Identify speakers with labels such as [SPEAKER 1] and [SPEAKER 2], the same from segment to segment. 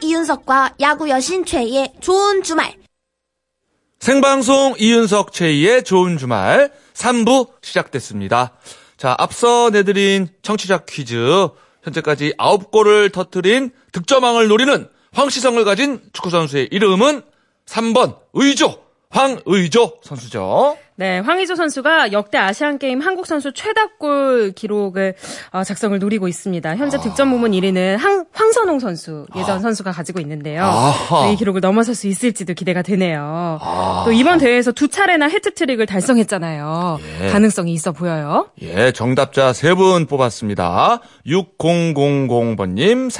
[SPEAKER 1] 이윤석과 야구 여신 최희의 좋은 주말.
[SPEAKER 2] 생방송 이윤석 최희의 좋은 주말 3부 시작됐습니다. 자, 앞서 내드린 청취자 퀴즈. 현재까지 9골을 터뜨린 득점왕을 노리는 황시성을 가진 축구선수의 이름은 3번 의조, 황의조 선수죠.
[SPEAKER 3] 네, 황의조 선수가 역대 아시안 게임 한국 선수 최다골 기록을 어, 작성을 노리고 있습니다.
[SPEAKER 2] 아.
[SPEAKER 3] 현재 득점 부문 1위는 황, 황선홍 선수 예전 선수가 가지고 있는데요.
[SPEAKER 2] 아하. 아.
[SPEAKER 3] 네, 이 기록을 넘어설 수 있을지도 기대가 되네요. 또 이번 대회에서 두 차례나 해트트릭을 달성했잖아요.
[SPEAKER 2] 예.
[SPEAKER 3] 가능성이 있어 보여요.
[SPEAKER 2] 예, 정답자 3분 뽑았습니다. 6000번님,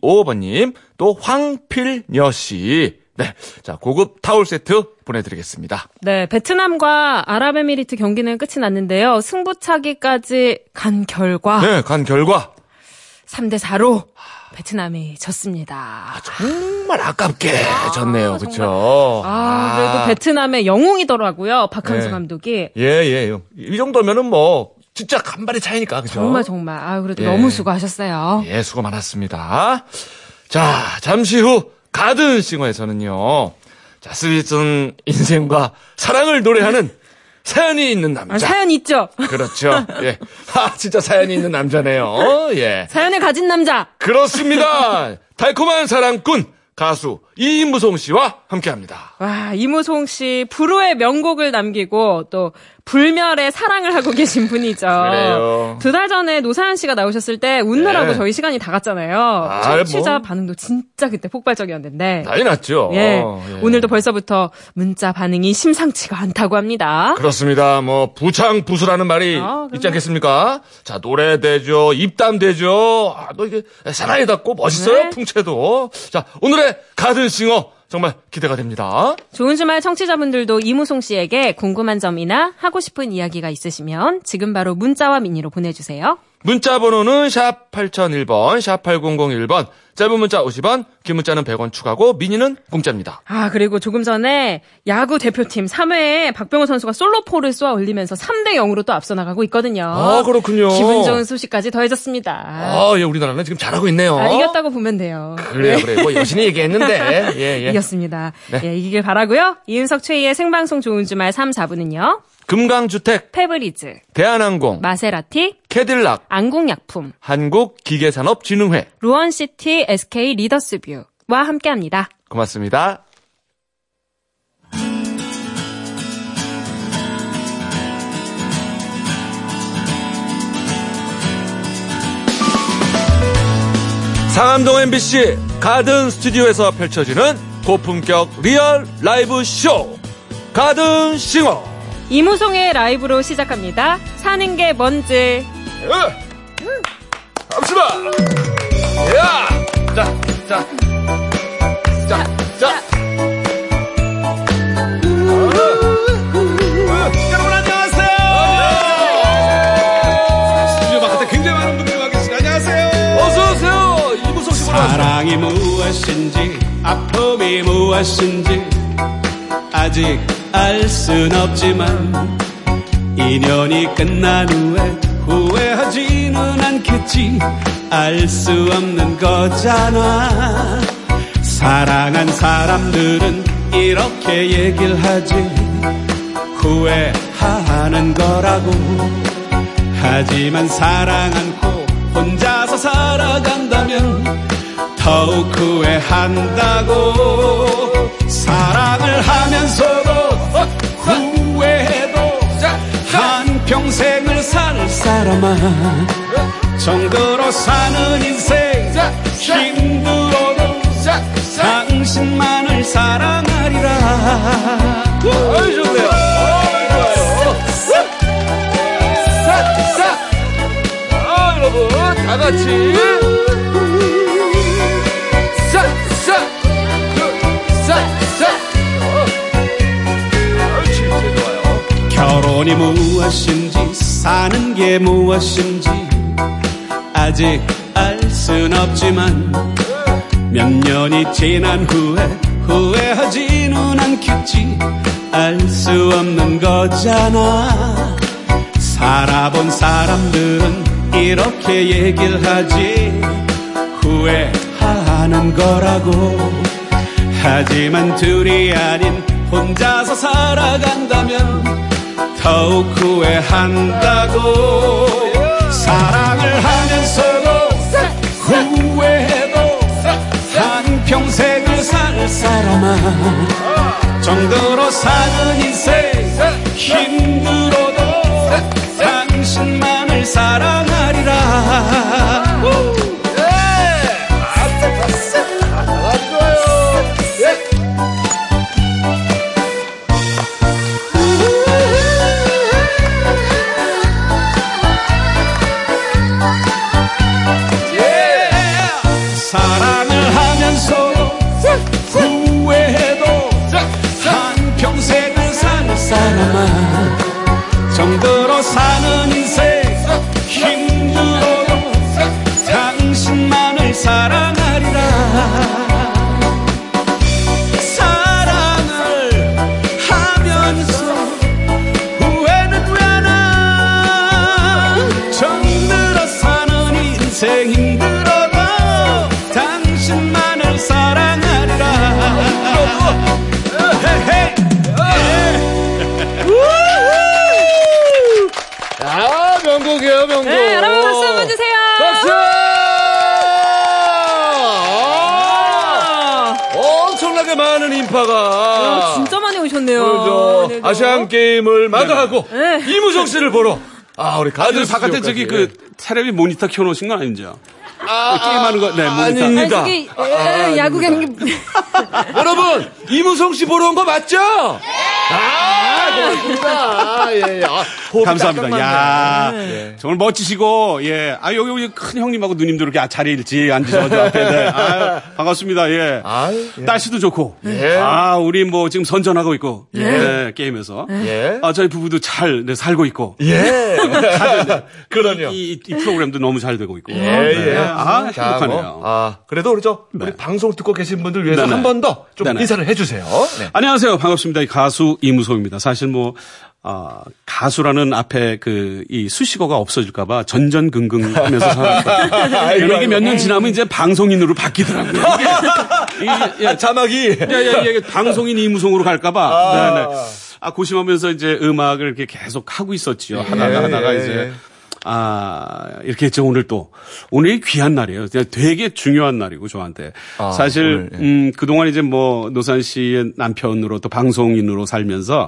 [SPEAKER 2] 3225번님, 또 황필녀 씨. 네. 자, 고급 타올 세트 보내드리겠습니다.
[SPEAKER 3] 네, 베트남과 아랍에미리트 경기는 끝이 났는데요. 승부차기까지 간 결과
[SPEAKER 2] 네, 간 결과.
[SPEAKER 3] 3대 4로 베트남이 졌습니다.
[SPEAKER 2] 아, 정말 아깝게 졌네요. 그쵸?
[SPEAKER 3] 아, 그래도 베트남의 영웅이더라고요. 박항수
[SPEAKER 2] 네.
[SPEAKER 3] 감독이.
[SPEAKER 2] 예, 예. 이 정도면은 뭐, 진짜 간발의 차이니까. 그죠?
[SPEAKER 3] 정말 정말. 아, 그래도
[SPEAKER 2] 어? 예.
[SPEAKER 3] 너무 수고하셨어요.
[SPEAKER 2] 예, 수고 많았습니다. 자, 잠시 후 가든 싱어에서는요. 자, 스윗은 인생과 사랑을 노래하는 사연이 있는 남자.
[SPEAKER 3] 아, 사연 있죠?
[SPEAKER 2] 그렇죠. 예. 아, 진짜 사연이 있는 남자네요. 예.
[SPEAKER 3] 사연을 가진 남자.
[SPEAKER 2] 그렇습니다. 달콤한 사랑꾼 가수 이무송 씨와 함께 합니다.
[SPEAKER 3] 와, 이무송 씨 불후의 명곡을 남기고 또 불멸의 사랑을 하고 계신 분이죠.
[SPEAKER 2] 그래요.
[SPEAKER 3] 두 달 전에 노사연 씨가 나오셨을 때 웃느라고
[SPEAKER 2] 네.
[SPEAKER 3] 저희 시간이 다 갔잖아요.
[SPEAKER 2] 뭐.
[SPEAKER 3] 청취자 반응도 진짜 그때 폭발적이었는데.
[SPEAKER 2] 난리 났죠?
[SPEAKER 3] 예.
[SPEAKER 2] 예.
[SPEAKER 3] 오늘도 벌써부터 문자 반응이 심상치가 않다고 합니다.
[SPEAKER 2] 그렇습니다. 뭐 부창 부수라는 말이
[SPEAKER 3] 아,
[SPEAKER 2] 있지 않겠습니까? 자 노래 되죠, 입담 되죠. 아, 너 이게 사나이답고 멋있어요,
[SPEAKER 3] 네.
[SPEAKER 2] 풍채도. 자 오늘의 가든싱어 정말 기대가 됩니다.
[SPEAKER 3] 좋은 주말 청취자분들도 이무송 씨에게 궁금한 점이나 하고 싶은 이야기가 있으시면 지금 바로 문자와 미니로 보내주세요.
[SPEAKER 2] 문자 번호는 샵 8001번, 샵 8001번, 짧은 문자 50원, 긴 문자는 100원 추가고, 미니는 공짜입니다.
[SPEAKER 3] 아, 그리고 조금 전에 야구 대표팀 3회에 박병호 선수가 솔로포를 쏘아 올리면서 3대 0으로 또 앞서 나가고 있거든요.
[SPEAKER 2] 아, 그렇군요.
[SPEAKER 3] 기분 좋은 소식까지 더해졌습니다.
[SPEAKER 2] 아, 예, 우리나라는 지금 잘하고 있네요.
[SPEAKER 3] 아, 이겼다고 보면 돼요.
[SPEAKER 2] 그래요, 그래요. 뭐 여신이 얘기했는데. 예, 예.
[SPEAKER 3] 이겼습니다. 예, 이기길 바라고요. 이은석 최희의 생방송 좋은 주말 3, 4부는요.
[SPEAKER 2] 금강주택,
[SPEAKER 3] 페브리즈,
[SPEAKER 2] 대한항공,
[SPEAKER 3] 마세라티,
[SPEAKER 2] 캐딜락,
[SPEAKER 3] 안국약품,
[SPEAKER 2] 한국기계산업진흥회.
[SPEAKER 3] 루원시티 SK 리더스뷰와 함께합니다.
[SPEAKER 2] 고맙습니다. 상암동 MBC 가든 스튜디오에서 펼쳐지는 고품격 리얼 라이브 쇼 가든 싱어
[SPEAKER 3] 이무송의 라이브로 시작합니다. 사는 게 뭔지.
[SPEAKER 2] 예. 합시다 야! 자, 자, 자, 자.
[SPEAKER 4] 여러분 안녕하세요. 스튜디오 바깥에 굉장히 많은 분들이 와 계시죠. 안녕하세요.
[SPEAKER 2] 어서오세요 이무석 씨 보라
[SPEAKER 4] 사랑이 무엇인지 아픔이 무엇인지 아직 알 순 없지만 인연이 끝난 후에 후회하지는 않겠지 알 수 없는 거잖아 사랑한 사람들은 이렇게 얘기를 하지 후회하는 거라고 하지만 사랑 않고 혼자서 살아간다면 더욱 후회한다고 사랑을 하면서도 후회해도 한 평생을 살 사람아 정도로 사는 인생 힘들어도
[SPEAKER 3] 아, 네.
[SPEAKER 4] 당신만을 사랑하리라
[SPEAKER 2] 어, 아이 좋네요 아이 좋아요 어, 싹싹 아 여러분 다 같이 싹싹 싹싹 어. 아유 진짜 좋아요
[SPEAKER 4] 결혼이 무엇인지 사는 게 무엇인지 아직 알 순 없지만 몇 년이 지난 후에 후회하지는 않겠지 알 수 없는 거잖아 살아본 사람들은 이렇게 얘기를 하지 후회하 하는 거라고 하지만 둘이 아닌 혼자서 살아간다면 더욱 후회한다고 사랑을 하면서도 후회해도 한 평생을 살 사람아 정도로 사는 인생
[SPEAKER 2] 네.
[SPEAKER 4] 힘들어도 당신만을 사랑하리라 사랑을 하면서도 후회해도 한 평생을 살 사람아 정도로 사는 인생 힘들어도 당신만을 사랑하리라 사랑을 하면서 후회는 왜나 정들어 사는 인생 힘들어도 당신만을 사랑하리라 헤헤
[SPEAKER 2] 아, 명곡이에요, 명곡.
[SPEAKER 3] 네, 여러분 박수 한번 주세요.
[SPEAKER 2] 박수! 아,
[SPEAKER 3] 아,
[SPEAKER 2] 엄청나게 많은 인파가.
[SPEAKER 3] 진짜 많이 오셨네요.
[SPEAKER 2] 그죠.
[SPEAKER 3] 네, 저-
[SPEAKER 2] 아시안 게임을 마다하고 이무정 씨를 보러. 네. 아, 우리 가든
[SPEAKER 4] 그 바깥에
[SPEAKER 2] 스튜디오까지.
[SPEAKER 4] 저기 그 테레비 모니터 켜놓으신 건 아니죠? 그 게임하는 거, 네, 모니터.
[SPEAKER 2] 아니. 네,
[SPEAKER 3] 아니, 저기 에, 야구 경기
[SPEAKER 2] 여러분, 이무성 씨 보러 온 거 맞죠? 네. 아, 고맙습니다. 아, 예, 예. 아, 호흡이
[SPEAKER 4] 감사합니다.
[SPEAKER 2] 딱딱
[SPEAKER 4] 야
[SPEAKER 2] 맞네요. 예.
[SPEAKER 4] 정말 멋지시고, 예. 아, 여기, 여기 큰 형님하고 누님도 이렇게 아, 자리 일찍 앉으셔서 저 앞에. 네. 아유, 반갑습니다. 예.
[SPEAKER 2] 아유, 예.
[SPEAKER 4] 날씨도 좋고.
[SPEAKER 2] 예.
[SPEAKER 4] 아, 우리 뭐 지금 선전하고 있고. 네, 게임에서.
[SPEAKER 2] 예.
[SPEAKER 4] 아, 저희 부부도 잘 네, 살고 있고.
[SPEAKER 2] 예. 그럼요.
[SPEAKER 4] 이, 이- 이 프로그램도 너무 잘 되고 있고.
[SPEAKER 2] 예, 예.
[SPEAKER 4] 아,
[SPEAKER 2] 자,
[SPEAKER 4] 행복하네요. 네.
[SPEAKER 2] 뭐, 아, 그래도 그렇죠. 우리 방송 듣고 계신 분들 위해서
[SPEAKER 4] 네네.
[SPEAKER 2] 한 번 더 좀
[SPEAKER 4] 네네.
[SPEAKER 2] 인사를 해주세요. 네.
[SPEAKER 4] 안녕하세요. 반갑습니다. 이 가수 이무송입니다. 사실 뭐, 아, 가수라는 앞에 그, 이 수식어가 없어질까봐 전전긍긍 하면서 살았어요.
[SPEAKER 2] 아이고,
[SPEAKER 4] 이게
[SPEAKER 2] 아이고.
[SPEAKER 4] 몇 년 지나면 이제 방송인으로 바뀌더라고요. 이게- 이게- 예,
[SPEAKER 2] 아, 자막이.
[SPEAKER 4] 예, 예, 예, 이게 방송인 이무송으로 갈까봐. 아. 네, 네. 아, 고심하면서 이제 음악을 이렇게 계속 하고 있었지요. 하다가
[SPEAKER 2] 예,
[SPEAKER 4] 하다가
[SPEAKER 2] 예,
[SPEAKER 4] 이제.
[SPEAKER 2] 예.
[SPEAKER 4] 아, 이렇게 했죠. 오늘 또. 오늘이 귀한 날이에요. 그냥 되게 중요한 날이고, 저한테.
[SPEAKER 2] 아,
[SPEAKER 4] 사실,
[SPEAKER 2] 오늘, 예.
[SPEAKER 4] 음, 그동안 이제 뭐, 노산 씨의 남편으로 또 방송인으로 살면서.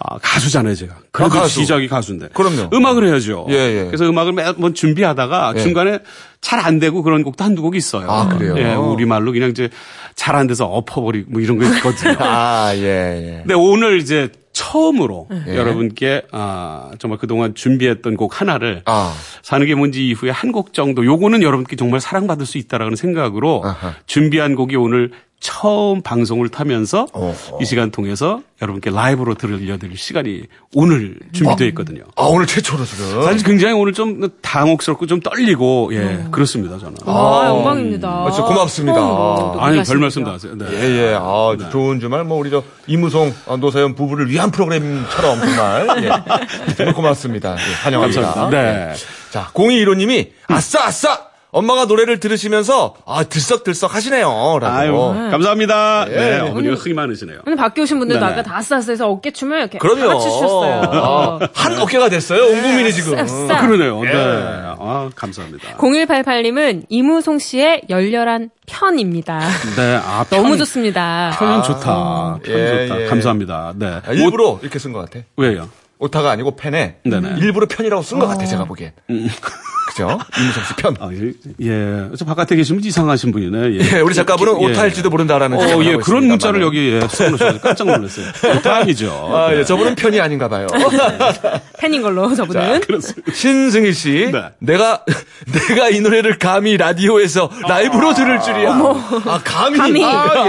[SPEAKER 4] 아, 가수잖아요, 제가. 그래도
[SPEAKER 2] 예. 가수.
[SPEAKER 4] 시작이 가수인데.
[SPEAKER 2] 그럼요.
[SPEAKER 4] 음악을 해야죠.
[SPEAKER 2] 예, 예.
[SPEAKER 4] 그래서 음악을 매번 뭐 준비하다가
[SPEAKER 2] 예.
[SPEAKER 4] 중간에 잘 안 되고 그런 곡도 한두 곡 있어요.
[SPEAKER 2] 아, 그래요?
[SPEAKER 4] 예, 우리말로 그냥 이제 잘 안 돼서 엎어버리고 뭐 이런 거 있거든요.
[SPEAKER 2] 아, 예, 예.
[SPEAKER 4] 근데 오늘 이제 처음으로 여러분께 아, 정말 그동안 준비했던 곡 하나를
[SPEAKER 2] 아.
[SPEAKER 4] 사는 게 뭔지 이후에 한 곡 정도 요거는 여러분께 정말 사랑받을 수 있다라는 생각으로
[SPEAKER 2] 아하.
[SPEAKER 4] 준비한 곡이 오늘 처음 방송을 타면서
[SPEAKER 2] 어,
[SPEAKER 4] 이 시간 통해서 여러분께 라이브로 들려드릴 시간이 오늘 준비되어 있거든요.
[SPEAKER 2] 아, 오늘 최초로 지금.
[SPEAKER 4] 사실 굉장히 오늘 좀 당혹스럽고 좀 떨리고
[SPEAKER 3] 음.
[SPEAKER 4] 예 그렇습니다 저는.
[SPEAKER 3] 아, 영광입니다. 어,
[SPEAKER 2] 아, 진짜 고맙습니다.
[SPEAKER 3] 처음으로
[SPEAKER 4] 아니
[SPEAKER 3] 놀랐습니다.
[SPEAKER 4] 별 말씀 다 하세요. 네.
[SPEAKER 2] 예, 예. 아, 좋은 주말. 뭐, 우리 저, 이무송, 아, 노사연 부부를 위한 프로그램처럼 정말. 예. 정말 고맙습니다. 예, 환영합니다.
[SPEAKER 4] 감사합니다. 네.
[SPEAKER 2] 자, 0215님이, 아싸, 아싸! 엄마가 노래를 들으시면서, 아, 들썩들썩 하시네요. 라고.
[SPEAKER 4] 아유 감사합니다.
[SPEAKER 2] 어. 예.
[SPEAKER 4] 네 어머니가 흥이 많으시네요.
[SPEAKER 3] 오늘 밖에 오신 분들도
[SPEAKER 4] 네네.
[SPEAKER 3] 아까 다 아싸아싸해서 어깨춤을 이렇게
[SPEAKER 2] 그럼요.
[SPEAKER 3] 같이 추셨어요. 네.
[SPEAKER 2] 아, 한 어깨가 됐어요. 온 국민이 지금.
[SPEAKER 3] 쌉쌉.
[SPEAKER 4] 그러네요.
[SPEAKER 2] 예.
[SPEAKER 4] 네. 아 감사합니다.
[SPEAKER 3] 0188님은 이무송 씨의 열렬한 편입니다.
[SPEAKER 4] 네, 아,
[SPEAKER 3] 너무
[SPEAKER 4] 편-
[SPEAKER 3] 좋습니다. 아,
[SPEAKER 4] 편은 좋다. 편
[SPEAKER 2] 예,
[SPEAKER 4] 좋다.
[SPEAKER 2] 예.
[SPEAKER 4] 감사합니다. 네.
[SPEAKER 2] 아, 일부러 이렇게 쓴 것 같아.
[SPEAKER 4] 오- 왜요?
[SPEAKER 2] 오타가 아니고 펜에
[SPEAKER 4] 네네. 어. 음.
[SPEAKER 2] 일부러 편이라고 쓴 것 같아 제가 보기엔. 그죠? 이무성 씨 편.
[SPEAKER 4] 아, 예. 예. 저 바깥에 계시면 오지 이상하신 분이네.
[SPEAKER 2] 예, 우리 작가분은
[SPEAKER 4] 예.
[SPEAKER 2] 오타일지도 모른다라는.
[SPEAKER 4] 어,
[SPEAKER 2] 생각을
[SPEAKER 4] 예,
[SPEAKER 2] 하고
[SPEAKER 4] 그런
[SPEAKER 2] 있습니다만은. 네.
[SPEAKER 4] 문자를 여기 예, 수고하셔서 깜짝 놀랐어요. 다행이죠.
[SPEAKER 2] 아,
[SPEAKER 4] 네.
[SPEAKER 2] 예, 저분은 편이 아닌가 봐요.
[SPEAKER 3] 팬인 걸로 저분은.
[SPEAKER 4] 그렇습니다.
[SPEAKER 2] 신승희 씨,
[SPEAKER 4] 네.
[SPEAKER 2] 내가 내가 이 노래를 감히 라디오에서 라이브로 들을 줄이야. 아 감히.
[SPEAKER 3] 감히.
[SPEAKER 2] 아,
[SPEAKER 4] 아,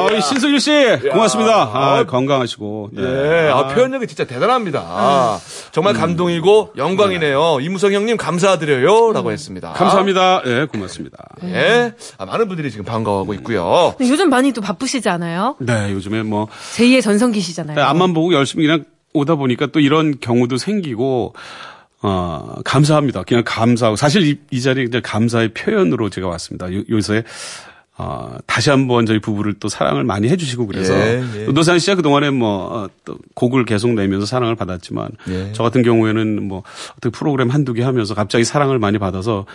[SPEAKER 4] 야, 어이, 신승일 씨, 고맙습니다. 아, 건강하시고. 네.
[SPEAKER 2] 어. 예, 아, 표현력이 진짜 대단합니다. 아, 정말 감동이고 영광이네요. 이무성 형님 감사드려요라고 했습니다.
[SPEAKER 4] 감사합니다. 예, 고맙습니다.
[SPEAKER 2] 예, 아, 많은 분들이 지금 반가워하고 있고요.
[SPEAKER 3] 근데 요즘 많이 또 바쁘시지 않아요?
[SPEAKER 4] 네, 요즘에 뭐, 네,
[SPEAKER 3] 제2의 전성기시잖아요.
[SPEAKER 4] 앞만 보고 열심히 그냥 오다 보니까 또 이런 경우도 생기고, 어, 어, 감사합니다. 그냥 감사하고 사실 이, 이 자리에 그냥 감사의 표현으로 제가 왔습니다. 요, 요새 어, 다시 한번 저희 부부를 또 사랑을 많이 해주시고 그래서
[SPEAKER 2] 예, 예.
[SPEAKER 4] 노산 씨가 그 동안에 뭐또 곡을 계속 내면서 사랑을 받았지만
[SPEAKER 2] 예.
[SPEAKER 4] 저 같은 경우에는 뭐 어떻게 프로그램 한두개 하면서 갑자기 사랑을 많이 받아서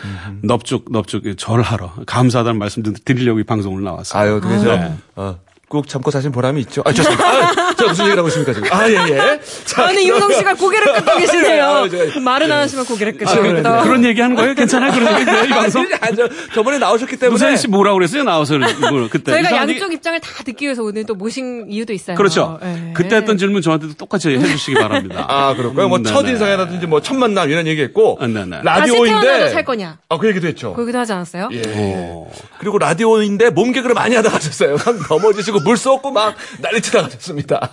[SPEAKER 4] 넙죽 넙죽 절하러 감사하다는 말씀 좀 드리려고 이 방송을 나왔어요.
[SPEAKER 2] 아유, 그게 저, 어, 꾹 참고 사신 보람이 있죠. 아, 죄송합니다. 아, 제가 무슨 얘기를 하고 있습니까, 지금. 아, 예, 예. 자,
[SPEAKER 3] 아니 임우성 씨가 고개를 끄고
[SPEAKER 2] 아,
[SPEAKER 3] 계시네요.
[SPEAKER 2] 저-
[SPEAKER 3] 말은 안 하시면 고개를 끄시고
[SPEAKER 2] 그래,
[SPEAKER 3] 있다.
[SPEAKER 4] 아, 그런 얘기 하는 거예요? 괜찮아요? 그런 얘기 이 방송?
[SPEAKER 2] 아, 저, 저번에 나오셨기 때문에.
[SPEAKER 4] 노산 씨 뭐라고 그랬어요? 나와서 이걸 그때
[SPEAKER 3] 저희가
[SPEAKER 4] 네, 이상한 얘기-
[SPEAKER 3] 양쪽 입장을 다 듣기 위해서 오늘 또 모신 이유도 있어요.
[SPEAKER 4] 그렇죠.
[SPEAKER 3] 예.
[SPEAKER 4] 그때 했던 질문 저한테도 똑같이 해주시기 바랍니다.
[SPEAKER 2] 아, 그렇고요. 뭐,
[SPEAKER 4] 음, 네네.
[SPEAKER 2] 첫인상이라든지 뭐, 첫 만남 이런 얘기 했고.
[SPEAKER 4] 아, 네, 네.
[SPEAKER 3] 다시 태어나도
[SPEAKER 2] 라디오인데.
[SPEAKER 3] 살 거냐?
[SPEAKER 2] 아, 그 얘기도 했죠.
[SPEAKER 3] 거기도 하지 않았어요?
[SPEAKER 2] 예.
[SPEAKER 4] 오.
[SPEAKER 2] 그리고 라디오인데 몸개그를 많이 하다 가셨어요. 막 넘어지시고 물 쏟고 막 난리 치다 가셨습니다.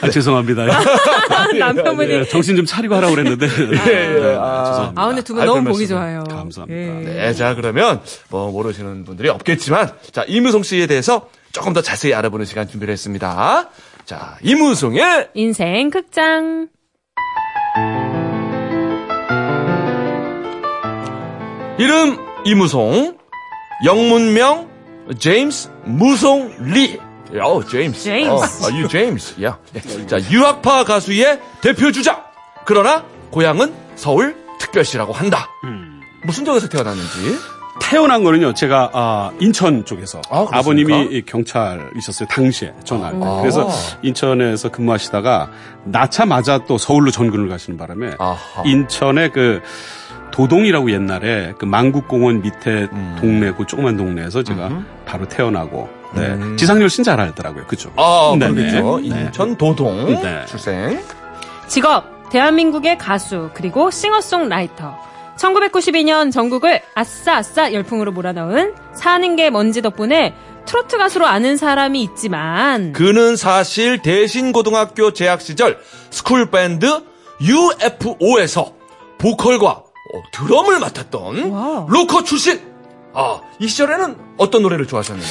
[SPEAKER 4] 아, 죄송합니다.
[SPEAKER 3] 남편분이
[SPEAKER 4] 예, 정신 좀 차리고 하라고 그랬는데. 네,
[SPEAKER 2] 예, 예. 아.
[SPEAKER 4] 죄송합니다.
[SPEAKER 3] 아, 근데 두 분
[SPEAKER 2] 아이,
[SPEAKER 3] 너무
[SPEAKER 2] 별
[SPEAKER 3] 보기
[SPEAKER 2] 말씀을.
[SPEAKER 3] 좋아요. 예.
[SPEAKER 4] 감사합니다.
[SPEAKER 2] 네, 자 그러면 뭐 모르시는 분들이 없겠지만 자 이무송 씨에 대해서 조금 더 자세히 알아보는 시간 준비를 했습니다. 자 이무송의
[SPEAKER 3] 인생 극장.
[SPEAKER 2] 이름 이무송, 영문명 제임스 무송 리. 어, 제임스.
[SPEAKER 3] 제임스.
[SPEAKER 2] 어, 유 제임스. 야. 자, 유학파 가수의 대표 주자. 그러나 고향은 서울 특별시라고 한다. 무슨 지역에서 태어났는지.
[SPEAKER 4] 태어난 거는요, 제가, 아, 인천 쪽에서.
[SPEAKER 2] 아, 그렇습니까?
[SPEAKER 4] 버님이 경찰이셨어요, 당시에. 전화할 때.
[SPEAKER 2] 아.
[SPEAKER 4] 그래서 인천에서 근무하시다가, 낳자마자 또 서울로 전근을 가시는 바람에,
[SPEAKER 2] 아하.
[SPEAKER 4] 인천의 그, 도동이라고 옛날에 그 만국공원 밑에 동네, 그 조그만 동네에서 제가 바로 태어나고, 네. 지상렬 씨는 잘 알더라고요. 그죠?
[SPEAKER 2] 아,
[SPEAKER 4] 네네.
[SPEAKER 2] 그렇겠죠.
[SPEAKER 4] 네.
[SPEAKER 2] 인천 도동
[SPEAKER 4] 네.
[SPEAKER 2] 출생.
[SPEAKER 3] 직업, 대한민국의 가수, 그리고 싱어송라이터. 1992년 전국을 아싸 아싸 열풍으로 몰아넣은 사는 게 뭔지 덕분에 트로트 가수로 아는 사람이 있지만
[SPEAKER 2] 그는 사실 대신 고등학교 재학 시절 스쿨 밴드 UFO에서 보컬과 어, 드럼을 맡았던
[SPEAKER 3] 와우.
[SPEAKER 2] 로커 출신. 아, 이 시절에는 어떤 노래를 좋아하셨는지.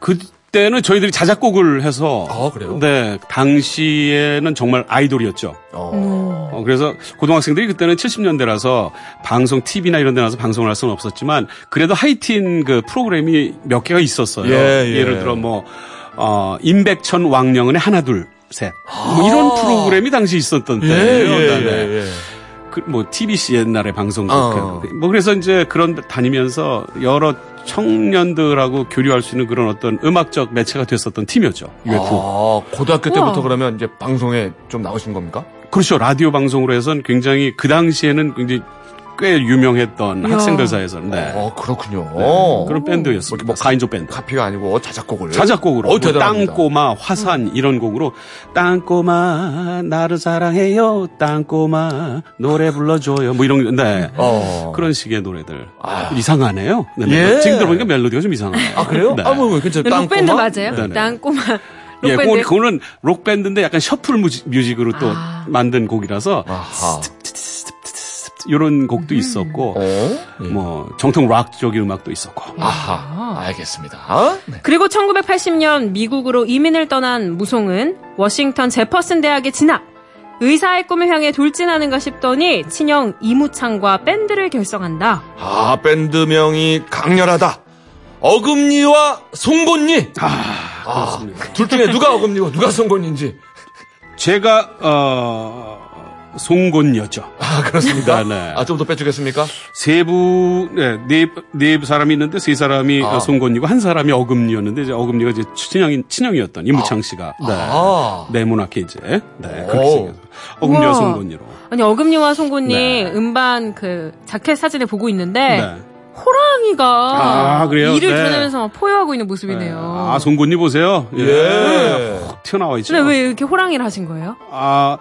[SPEAKER 4] 그때는 저희들이 자작곡을 해서
[SPEAKER 2] 아, 그래요?
[SPEAKER 4] 네 당시에는 정말 아이돌이었죠.
[SPEAKER 2] 어.
[SPEAKER 3] 음.
[SPEAKER 4] 어, 그래서 고등학생들이 그때는 70년대라서 방송 TV나 이런 데 나서 방송을 할 수는 없었지만 그래도 하이틴 그 프로그램이 몇 개가 있었어요.
[SPEAKER 2] 예, 예.
[SPEAKER 4] 를 들어 뭐 어, 임백천 왕령은의 하나 둘 셋. 뭐 이런 프로그램이 당시 있었던
[SPEAKER 2] 아. 예,
[SPEAKER 4] 때예요.
[SPEAKER 2] 예,
[SPEAKER 4] 네, 네.
[SPEAKER 2] 예, 예.
[SPEAKER 4] 그, 뭐 TBC 옛날에 방송국
[SPEAKER 2] 어.
[SPEAKER 4] 뭐 그래서 이제 그런 데 다니면서 여러 청년들하고 교류할 수 있는 그런 어떤 음악적 매체가 됐었던 팀이었죠. UFO.
[SPEAKER 2] 아, 고등학교
[SPEAKER 3] 우와.
[SPEAKER 2] 때부터 그러면 이제 방송에 좀 나오신 겁니까?
[SPEAKER 4] 그렇죠. 라디오 방송으로 해선 굉장히 그 당시에는 굉장히 꽤 유명했던
[SPEAKER 3] 이야.
[SPEAKER 4] 학생들 사이에서는 네.
[SPEAKER 2] 어, 그렇군요.
[SPEAKER 4] 그런 밴드였어요.
[SPEAKER 2] 뭐
[SPEAKER 4] 뭐 가인조 밴드.
[SPEAKER 2] 카피가 아니고 자작곡을.
[SPEAKER 4] 자작곡으로
[SPEAKER 2] 어,
[SPEAKER 4] 뭐
[SPEAKER 2] 대단합니다.
[SPEAKER 4] 땅꼬마 화산 이런 곡으로 땅꼬마 나를 사랑해요 땅꼬마 노래 불러줘요 뭐 이런 네
[SPEAKER 2] 어. 아.
[SPEAKER 4] 그런 식의 노래들 이상하네요. 네,
[SPEAKER 2] 예.
[SPEAKER 4] 멜- 지금 들어보니까 멜로디가 좀 이상하네요.
[SPEAKER 2] 아, 그래요?
[SPEAKER 4] 네.
[SPEAKER 2] 아, 뭐, 뭐, 괜찮아요.
[SPEAKER 3] 록밴드
[SPEAKER 2] 땅꼬마?
[SPEAKER 3] 맞아요?
[SPEAKER 4] 네네.
[SPEAKER 3] 땅꼬마
[SPEAKER 4] 예,
[SPEAKER 3] 록밴드.
[SPEAKER 4] 그거- 그거는 록 밴드인데 약간 셔플 무지- 뮤직으로 또
[SPEAKER 3] 아.
[SPEAKER 4] 만든 곡이라서
[SPEAKER 2] 아하.
[SPEAKER 4] 이런 곡도
[SPEAKER 3] 음.
[SPEAKER 4] 있었고
[SPEAKER 2] 어?
[SPEAKER 4] 뭐 정통 락적인 음악도 있었고
[SPEAKER 2] 아하. 알겠습니다. 네.
[SPEAKER 3] 그리고 1980년 미국으로 이민을 떠난 무송은 워싱턴 제퍼슨 대학에 진학. 의사의 꿈을 향해 돌진하는가 싶더니 친형 이무창과 밴드를 결성한다.
[SPEAKER 2] 아, 밴드명이 강렬하다. 어금니와 송곳니.
[SPEAKER 4] 아, 그렇습니다.
[SPEAKER 2] 둘 중에 누가 어금니고 누가 송곳니인지.
[SPEAKER 4] 제가 어 송곳니였죠.
[SPEAKER 2] 아, 그렇습니다.
[SPEAKER 4] 네, 네.
[SPEAKER 2] 아, 좀 더 빼주겠습니까?
[SPEAKER 4] 세부 네네 네 사람이 있는데 세 사람이 어,
[SPEAKER 2] 아.
[SPEAKER 4] 송곳니고 한 사람이 어금니였는데 이제 어금니가 이제 친형인 친형이었던 이무창 씨가 네.
[SPEAKER 2] 아.
[SPEAKER 4] 네모나게 이제 네 그렇게
[SPEAKER 2] 오.
[SPEAKER 4] 생겨서 어금니와
[SPEAKER 3] 우와.
[SPEAKER 4] 송곳니로
[SPEAKER 3] 아니 어금니와 송곳니
[SPEAKER 4] 네.
[SPEAKER 3] 음반 그 자켓 사진을 보고 있는데
[SPEAKER 4] 네.
[SPEAKER 3] 호랑이가
[SPEAKER 4] 아, 그래요?
[SPEAKER 3] 이를
[SPEAKER 4] 네.
[SPEAKER 3] 드러내면서 막 포효하고 있는 모습이네요.
[SPEAKER 4] 아, 송곳니 보세요. 예.
[SPEAKER 2] 예.
[SPEAKER 4] 확 튀어나와 있죠.
[SPEAKER 3] 근데 왜 이렇게 호랑이를 하신 거예요?
[SPEAKER 4] 아,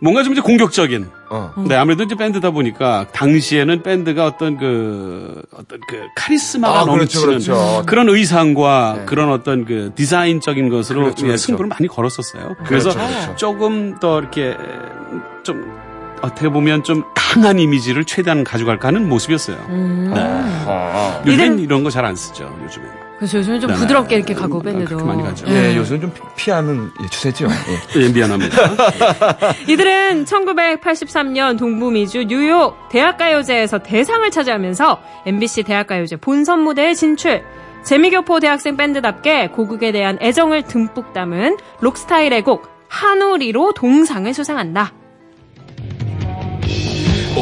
[SPEAKER 4] 뭔가 좀 이제 공격적인.
[SPEAKER 2] 어.
[SPEAKER 4] 네, 아무래도 이제 밴드다 보니까 당시에는 밴드가 어떤 그 어떤 그 카리스마가
[SPEAKER 2] 아, 그렇죠,
[SPEAKER 4] 넘치는
[SPEAKER 2] 그렇죠.
[SPEAKER 4] 런 의상과
[SPEAKER 2] 네.
[SPEAKER 4] 그런 어떤 그 디자인적인 것으로
[SPEAKER 2] 그렇죠,
[SPEAKER 4] 예,
[SPEAKER 2] 그렇죠.
[SPEAKER 4] 승부를 많이 걸었었어요. 그래서
[SPEAKER 2] 그렇죠, 그렇죠.
[SPEAKER 4] 조금 더 이렇게 좀 어떻게 보면 좀 강한 이미지를 최대한 가져갈까 하는 모습이었어요. 네. 요즘
[SPEAKER 3] 이름-
[SPEAKER 4] 이런 거 잘 안 쓰죠. 요즘에.
[SPEAKER 3] 그래서 요즘은 좀
[SPEAKER 4] 네.
[SPEAKER 3] 부드럽게 이렇게 가고 밴드도.
[SPEAKER 4] 그렇게 많이 가죠.
[SPEAKER 2] 예, 요즘 좀 피- 피하는 예, 추세죠. 예.
[SPEAKER 4] 예, 미안합니다.
[SPEAKER 3] 이들은 1983년 동부미주 뉴욕 대학가요제에서 대상을 차지하면서 MBC 대학가요제 본선 무대에 진출. 재미교포 대학생 밴드답게 고국에 대한 애정을 듬뿍 담은 록스타일의 곡 한우리로 동상을 수상한다.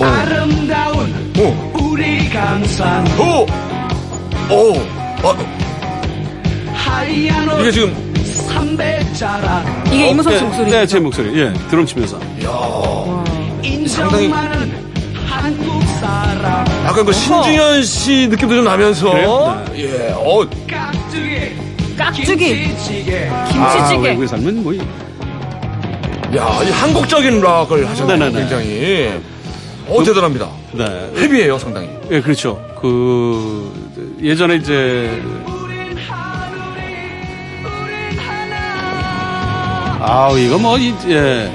[SPEAKER 5] 아름다운
[SPEAKER 2] 오,
[SPEAKER 5] 우리 강산
[SPEAKER 2] 오, 오. 어,
[SPEAKER 5] 하얀
[SPEAKER 2] 이게
[SPEAKER 5] 옷
[SPEAKER 2] 지금
[SPEAKER 5] 삼백자락
[SPEAKER 3] 이게 이무성 씨 목소리.
[SPEAKER 4] 네, 제 목소리. 예, 드럼 치면서.
[SPEAKER 2] 상당히-
[SPEAKER 5] 인정 많은 한국 사람
[SPEAKER 2] 약간 그 신중현 씨 느낌도 좀 나면서
[SPEAKER 4] 그래요? 네.
[SPEAKER 2] 예, 어,
[SPEAKER 5] 깍두기
[SPEAKER 3] 깍두기,
[SPEAKER 5] 김치찌개
[SPEAKER 4] 아,
[SPEAKER 3] 김치찌개.
[SPEAKER 4] 외국에 살면 뭐. 이-
[SPEAKER 2] 야, 이 한국적인 락을 하셨네요.
[SPEAKER 4] 네네네.
[SPEAKER 2] 굉장히 어 대단합니다.
[SPEAKER 4] 네.
[SPEAKER 2] 헤비예요, 상당히.
[SPEAKER 4] 예, 그렇죠. 그 예전에 이제 아, 이거 뭐 이, 예.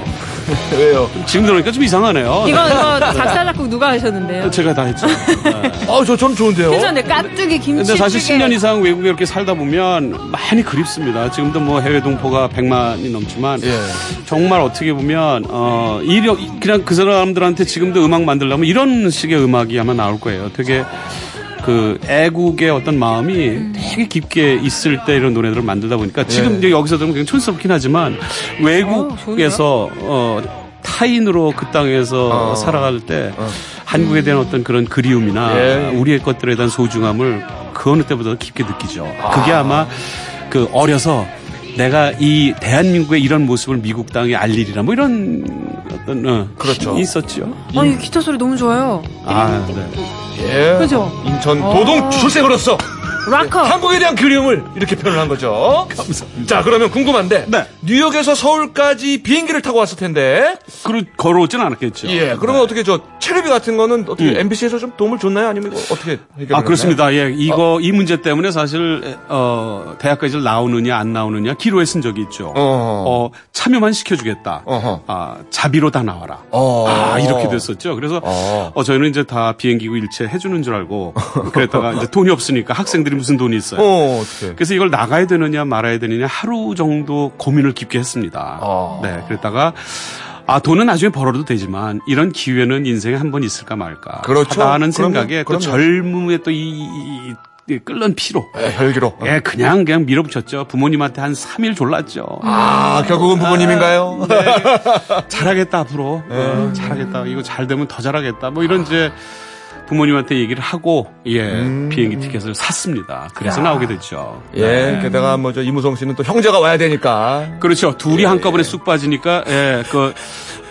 [SPEAKER 2] 왜요?
[SPEAKER 4] 지금 들으니까 좀 이상하네요.
[SPEAKER 3] 이거 이거 작사 작곡 누가 하셨는데요?
[SPEAKER 4] 제가 다 했죠. 네.
[SPEAKER 2] 아, 저 전 좋은데요.
[SPEAKER 3] 괜찮네. 깍두기 김치찌개.
[SPEAKER 4] 근데 사실 10년 이상 외국에 이렇게 살다 보면 많이 그립습니다. 지금도 뭐 해외 동포가 100만이 넘지만
[SPEAKER 2] 예.
[SPEAKER 4] 정말 어떻게 보면 어 이력 그냥 그 사람들한테 지금도 음악 만들려면 이런 식의 음악이 아마 나올 거예요. 되게 그 애국의 어떤 마음이 되게 깊게 있을 때 이런 노래들을 만들다 보니까 지금 이제 여기서 들으면 굉장히 촌스럽긴 하지만 외국에서 어 타인으로 그 땅에서
[SPEAKER 2] 어.
[SPEAKER 4] 살아갈 때 한국에 대한 어떤 그런 그리움이나
[SPEAKER 2] 예.
[SPEAKER 4] 아, 우리의 것들에 대한 소중함을 그 어느 때보다 더 깊게 느끼죠. 그게 아마 그 어려서 내가 이 대한민국의 이런 모습을 미국 땅에 알리리라 뭐 이런 어떤 어,
[SPEAKER 2] 그렇죠.
[SPEAKER 4] 힘이 있었죠.
[SPEAKER 3] 아, 이 기타 소리 너무 좋아요.
[SPEAKER 4] 아, 네.
[SPEAKER 2] 예.
[SPEAKER 3] 그죠? 어.
[SPEAKER 2] 인천 도동 출생으로서
[SPEAKER 3] 락커.
[SPEAKER 2] 한국에 대한 그리움을 이렇게 표현을 한 거죠.
[SPEAKER 4] 감사합니다.
[SPEAKER 2] 자, 그러면 궁금한데
[SPEAKER 4] 네.
[SPEAKER 2] 뉴욕에서 서울까지 비행기를 타고 왔을 텐데
[SPEAKER 4] 그러 걸어오진 않았겠죠. 네.
[SPEAKER 2] 예, 그러면 어떻게 저 체류비 같은 거는 어떻게
[SPEAKER 4] 음.
[SPEAKER 2] MBC에서 좀 도움을 줬나요? 아니면 이거 어떻게 해결을
[SPEAKER 4] 아 그렇습니다. 예,
[SPEAKER 2] 어.
[SPEAKER 4] 이거 이 문제 때문에 사실 어 대학까지 나오느냐 안 나오느냐 기로에 쓴 적이 있죠.
[SPEAKER 2] 어허.
[SPEAKER 4] 어, 참여만 시켜주겠다.
[SPEAKER 2] 어허.
[SPEAKER 4] 아 자비로 다 나와라.
[SPEAKER 2] 어.
[SPEAKER 4] 아 이렇게 됐었죠. 그래서
[SPEAKER 2] 어.
[SPEAKER 4] 어, 저희는 이제 다 비행기고 일체 해주는 줄 알고 그랬다가 이제 돈이 없으니까 학생들이 무슨 돈이 있어요.
[SPEAKER 2] 어, 어떻게.
[SPEAKER 4] 그래서 이걸 나가야 되느냐 말아야 되느냐 하루 정도 고민을 깊게 했습니다.
[SPEAKER 2] 어.
[SPEAKER 4] 네, 그랬다가 아 돈은 나중에 벌어도 되지만 이런 기회는 인생에 한 번 있을까 말까
[SPEAKER 2] 그렇죠.
[SPEAKER 4] 하다는
[SPEAKER 2] 그럼요,
[SPEAKER 4] 생각에 또
[SPEAKER 2] 그럼요.
[SPEAKER 4] 젊음의 또이 이, 이 끓는 피로
[SPEAKER 2] 예, 혈기로.
[SPEAKER 4] 예 그냥 그냥 밀어붙였죠. 부모님한테 한 3일 졸랐죠.
[SPEAKER 2] 아, 결국은
[SPEAKER 4] 아,
[SPEAKER 2] 부모님인가요?
[SPEAKER 4] 네. 잘하겠다 앞으로 어, 잘하겠다 이거 잘 되면 더 잘하겠다 뭐 이런 이제 부모님한테 얘기를 하고 예 비행기 티켓을 샀습니다. 그래서 나오게 됐죠.
[SPEAKER 2] 예, 게다가 뭐 저 이무성 씨는 또 형제가 와야 되니까.
[SPEAKER 4] 그렇죠.
[SPEAKER 2] 예,
[SPEAKER 4] 둘이 한꺼번에 쑥 빠지니까 예, 그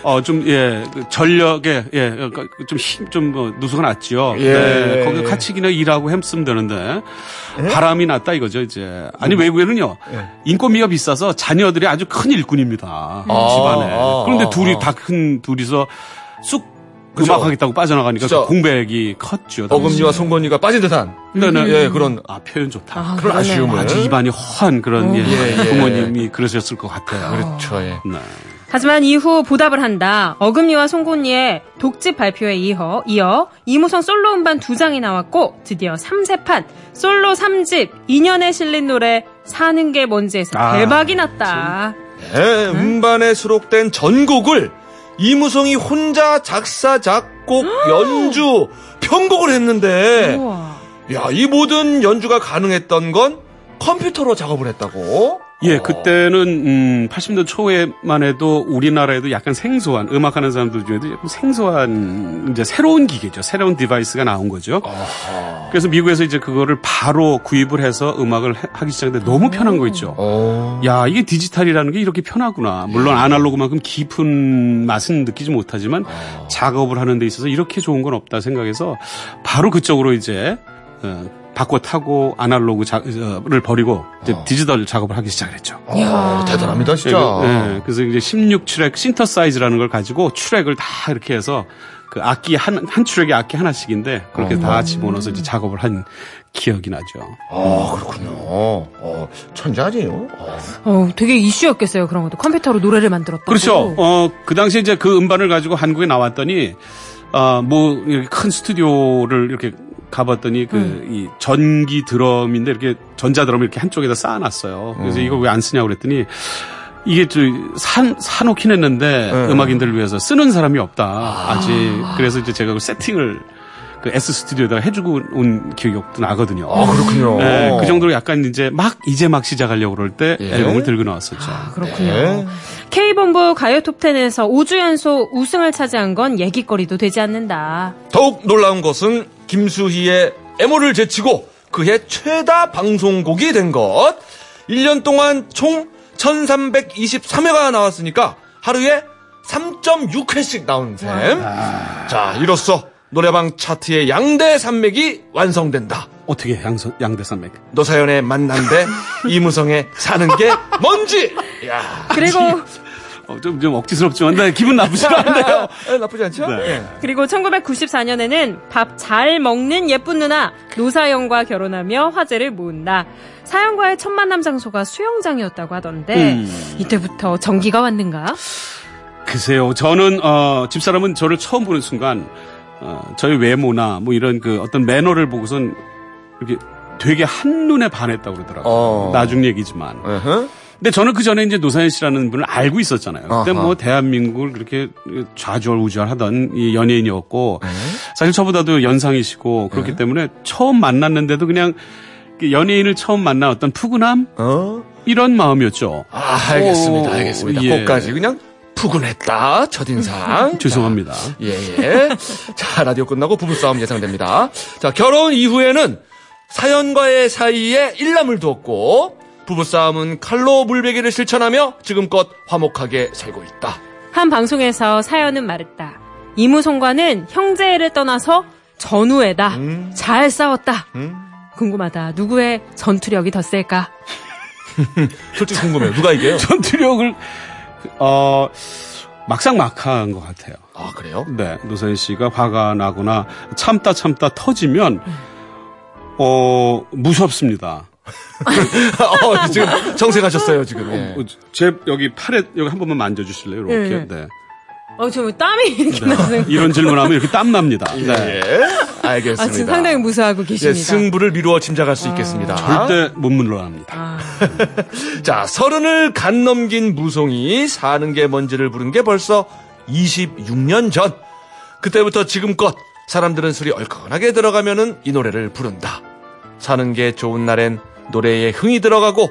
[SPEAKER 4] 어, 좀, 예, 그 전력에, 예, 그러니까 좀 힘, 좀, 뭐, 누수가 났지요.
[SPEAKER 2] 예.
[SPEAKER 4] 네, 거기 같이 그냥 일하고 햄쓰면 되는데,
[SPEAKER 2] 예?
[SPEAKER 4] 바람이 났다 이거죠, 이제.
[SPEAKER 2] 음.
[SPEAKER 4] 아니, 외국에는요, 인건비가 비싸서 자녀들이 아주 큰 일꾼입니다. 집안에.
[SPEAKER 2] 아,
[SPEAKER 4] 그런데
[SPEAKER 2] 아,
[SPEAKER 4] 둘이
[SPEAKER 2] 아.
[SPEAKER 4] 다 큰 둘이서 쑥
[SPEAKER 2] 그죠.
[SPEAKER 4] 음악하겠다고 빠져나가니까
[SPEAKER 2] 진짜.
[SPEAKER 4] 그 공백이 컸죠.
[SPEAKER 2] 어금니와 송곳니가 빠진 듯한.
[SPEAKER 4] 네, 네.
[SPEAKER 2] 예, 그런
[SPEAKER 4] 아, 표현 좋다.
[SPEAKER 2] 그런 아쉬움을.
[SPEAKER 4] 아주 입안이 허한 그런 예,
[SPEAKER 2] 예, 예.
[SPEAKER 4] 부모님이 그러셨을 것 같아요.
[SPEAKER 2] 그렇죠. 예.
[SPEAKER 4] 네.
[SPEAKER 3] 하지만 이후 보답을 한다. 어금니와 송곳니의 독집 발표에 이어, 이어 이무성 솔로 음반 두 장이 나왔고 드디어 3세판 솔로 3집 2년에 실린 노래 사는 게 뭔지에서
[SPEAKER 4] 아,
[SPEAKER 3] 대박이 났다.
[SPEAKER 2] 예, 음반에 수록된 전곡을 이무성이 혼자 작사, 작곡, 연주, 편곡을 했는데,
[SPEAKER 3] 아! 우와.
[SPEAKER 2] 야, 이 모든 연주가 가능했던 건 컴퓨터로 작업을 했다고?
[SPEAKER 4] 예,
[SPEAKER 2] 어.
[SPEAKER 4] 그때는 음, 80년대 초에만 해도 우리나라에도 약간 생소한 음악하는 사람들 중에도 약간 생소한 이제 새로운 기계죠, 새로운 디바이스가 나온 거죠.
[SPEAKER 2] 어.
[SPEAKER 4] 그래서 미국에서 이제 그거를 바로 구입을 해서 음악을 해- 하기 시작했는데 너무 편한 거 있죠.
[SPEAKER 2] 어.
[SPEAKER 4] 야, 이게 디지털이라는 게 이렇게 편하구나. 물론 아날로그만큼 깊은 맛은 느끼지 못하지만 작업을 하는 데 있어서 이렇게 좋은 건 없다 생각해서 바로 그쪽으로 이제 어, 바꿔 타고 아날로그를 버리고 이제 디지털 작업을 하기 시작했죠.
[SPEAKER 2] 어, 대단합니다, 진짜.
[SPEAKER 4] 그, 예, 그래서 이제 16트랙 신터사이즈라는 걸 가지고 트랙을 다 이렇게 해서 그 악기 한, 한 트랙에 악기 하나씩인데 그렇게 다 집어넣어서 이제 작업을 한 기억이 나죠.
[SPEAKER 2] 아, 그렇군요. 어, 천재 아니에요? 어.
[SPEAKER 3] 어, 되게 이슈였겠어요. 그런 것도 컴퓨터로 노래를 만들었다고.
[SPEAKER 4] 그렇죠. 어, 그 당시에 이제 그 음반을 가지고 한국에 나왔더니, 아, 뭐, 이렇게 큰 스튜디오를 이렇게 가봤더니 그 이 전기 드럼인데 이렇게 전자 드럼 을 이렇게 한쪽에다 쌓아놨어요. 그래서 이거 왜 안 쓰냐고 그랬더니 이게 저산 사놓긴 했는데 음악인들을 위해서 쓰는 사람이 없다 아직. 그래서 이제 제가 그 세팅을 그 S 스튜디오에다가 해주고 온 기억도 나거든요.
[SPEAKER 2] 아, 그렇군요.
[SPEAKER 4] 예, 그 정도로 약간 이제 막 이제 막 시작하려고 그럴 때
[SPEAKER 2] 예.
[SPEAKER 4] 앨범을 들고 나왔었죠.
[SPEAKER 3] 그렇군요.
[SPEAKER 2] 예.
[SPEAKER 3] K본부 가요 톱10에서 5주 연속 우승을 차지한 건 얘기거리도 되지 않는다.
[SPEAKER 2] 더욱 놀라운 것은 김수희의 애모를 제치고 그해 최다 방송곡이 된 것. 1년 동안 총 1323회가 나왔으니까 하루에 3.6회씩 나온 셈. 자, 이로써 노래방 차트의 양대 산맥이 완성된다.
[SPEAKER 4] 어떻게 양선, 양대산맥.
[SPEAKER 2] 노사연의 만난대 이무성의 사는 게 뭔지. 야,
[SPEAKER 3] 그리고
[SPEAKER 4] 어, 좀, 좀 억지스럽지만 나 기분 나쁘지 않네요.
[SPEAKER 2] 에, 나쁘지 않죠? 예.
[SPEAKER 4] 네.
[SPEAKER 3] 그리고 1994년에는 밥 잘 먹는 예쁜 누나 노사연과 결혼하며 화제를 모은다. 사연과의 첫 만남 장소가 수영장이었다고 하던데
[SPEAKER 2] 음.
[SPEAKER 3] 이때부터 전기가 왔는가?
[SPEAKER 4] 글쎄요. 저는 어, 집사람은 저를 처음 보는 순간 어, 저의 외모나 뭐 이런 그 어떤 매너를 보고선 이렇게 되게 한눈에 반했다고 그러더라고요.
[SPEAKER 2] 어.
[SPEAKER 4] 나중 얘기지만.
[SPEAKER 2] 어허.
[SPEAKER 4] 근데 저는 그 전에 이제 노사연 씨라는 분을 알고 있었잖아요.
[SPEAKER 2] 아하.
[SPEAKER 4] 그때 뭐 대한민국을 그렇게 좌절우절 하던 이 연예인이었고
[SPEAKER 2] 네.
[SPEAKER 4] 사실 저보다도 연상이시고 그렇기 때문에 처음 만났는데도 그냥 그 연예인을 처음 만난 어떤 푸근함
[SPEAKER 2] 어?
[SPEAKER 4] 이런 마음이었죠.
[SPEAKER 2] 아, 알겠습니다.
[SPEAKER 4] 오,
[SPEAKER 2] 알겠습니다.
[SPEAKER 4] 예. 음,
[SPEAKER 2] 거기까지 그냥 푸근했다. 첫인상.
[SPEAKER 4] 죄송합니다.
[SPEAKER 2] 예, 예. 자, 라디오 끝나고 부부싸움 예상됩니다. 자, 결혼 이후에는 사연과의 사이에 일남을 두었고, 부부싸움은 칼로 물베기를 실천하며 지금껏 화목하게 살고 있다.
[SPEAKER 3] 한 방송에서 사연은 말했다. 이무송과는 형제를 떠나서 전우애다.
[SPEAKER 2] 음.
[SPEAKER 3] 잘 싸웠다. 궁금하다. 누구의 전투력이 더 셀까?
[SPEAKER 2] 솔직히 궁금해요. 누가 이겨요?
[SPEAKER 4] 전투력을 어 막상 막한 것 같아요.
[SPEAKER 2] 아, 그래요?
[SPEAKER 4] 네, 노사연 씨가 화가 나거나 참다 참다 터지면 어 무섭습니다.
[SPEAKER 2] 어, 지금 정색하셨어요, 지금. 예.
[SPEAKER 4] 어, 제 여기 팔에 여기 한 번만 만져주실래요?
[SPEAKER 3] 네.
[SPEAKER 4] 이렇게 네.
[SPEAKER 3] 어, 저 땀이 이렇게
[SPEAKER 2] 네.
[SPEAKER 3] 나는.
[SPEAKER 4] 이런 질문하면 이렇게 땀 납니다. 네.
[SPEAKER 2] 예, 알겠습니다.
[SPEAKER 3] 아, 지금 상당히 무서워하고
[SPEAKER 2] 예,
[SPEAKER 3] 계십니다.
[SPEAKER 2] 승부를 미루어 짐작할 수 있겠습니다.
[SPEAKER 4] 아. 절대 못 물러납니다.
[SPEAKER 3] 아,
[SPEAKER 2] 자, 서른을 간 넘긴 무송이 사는 게 뭔지를 부른 게 벌써 26년 전. 그때부터 지금껏 사람들은 술이 얼큰하게 들어가면은 이 노래를 부른다. 사는 게 좋은 날엔 노래에 흥이 들어가고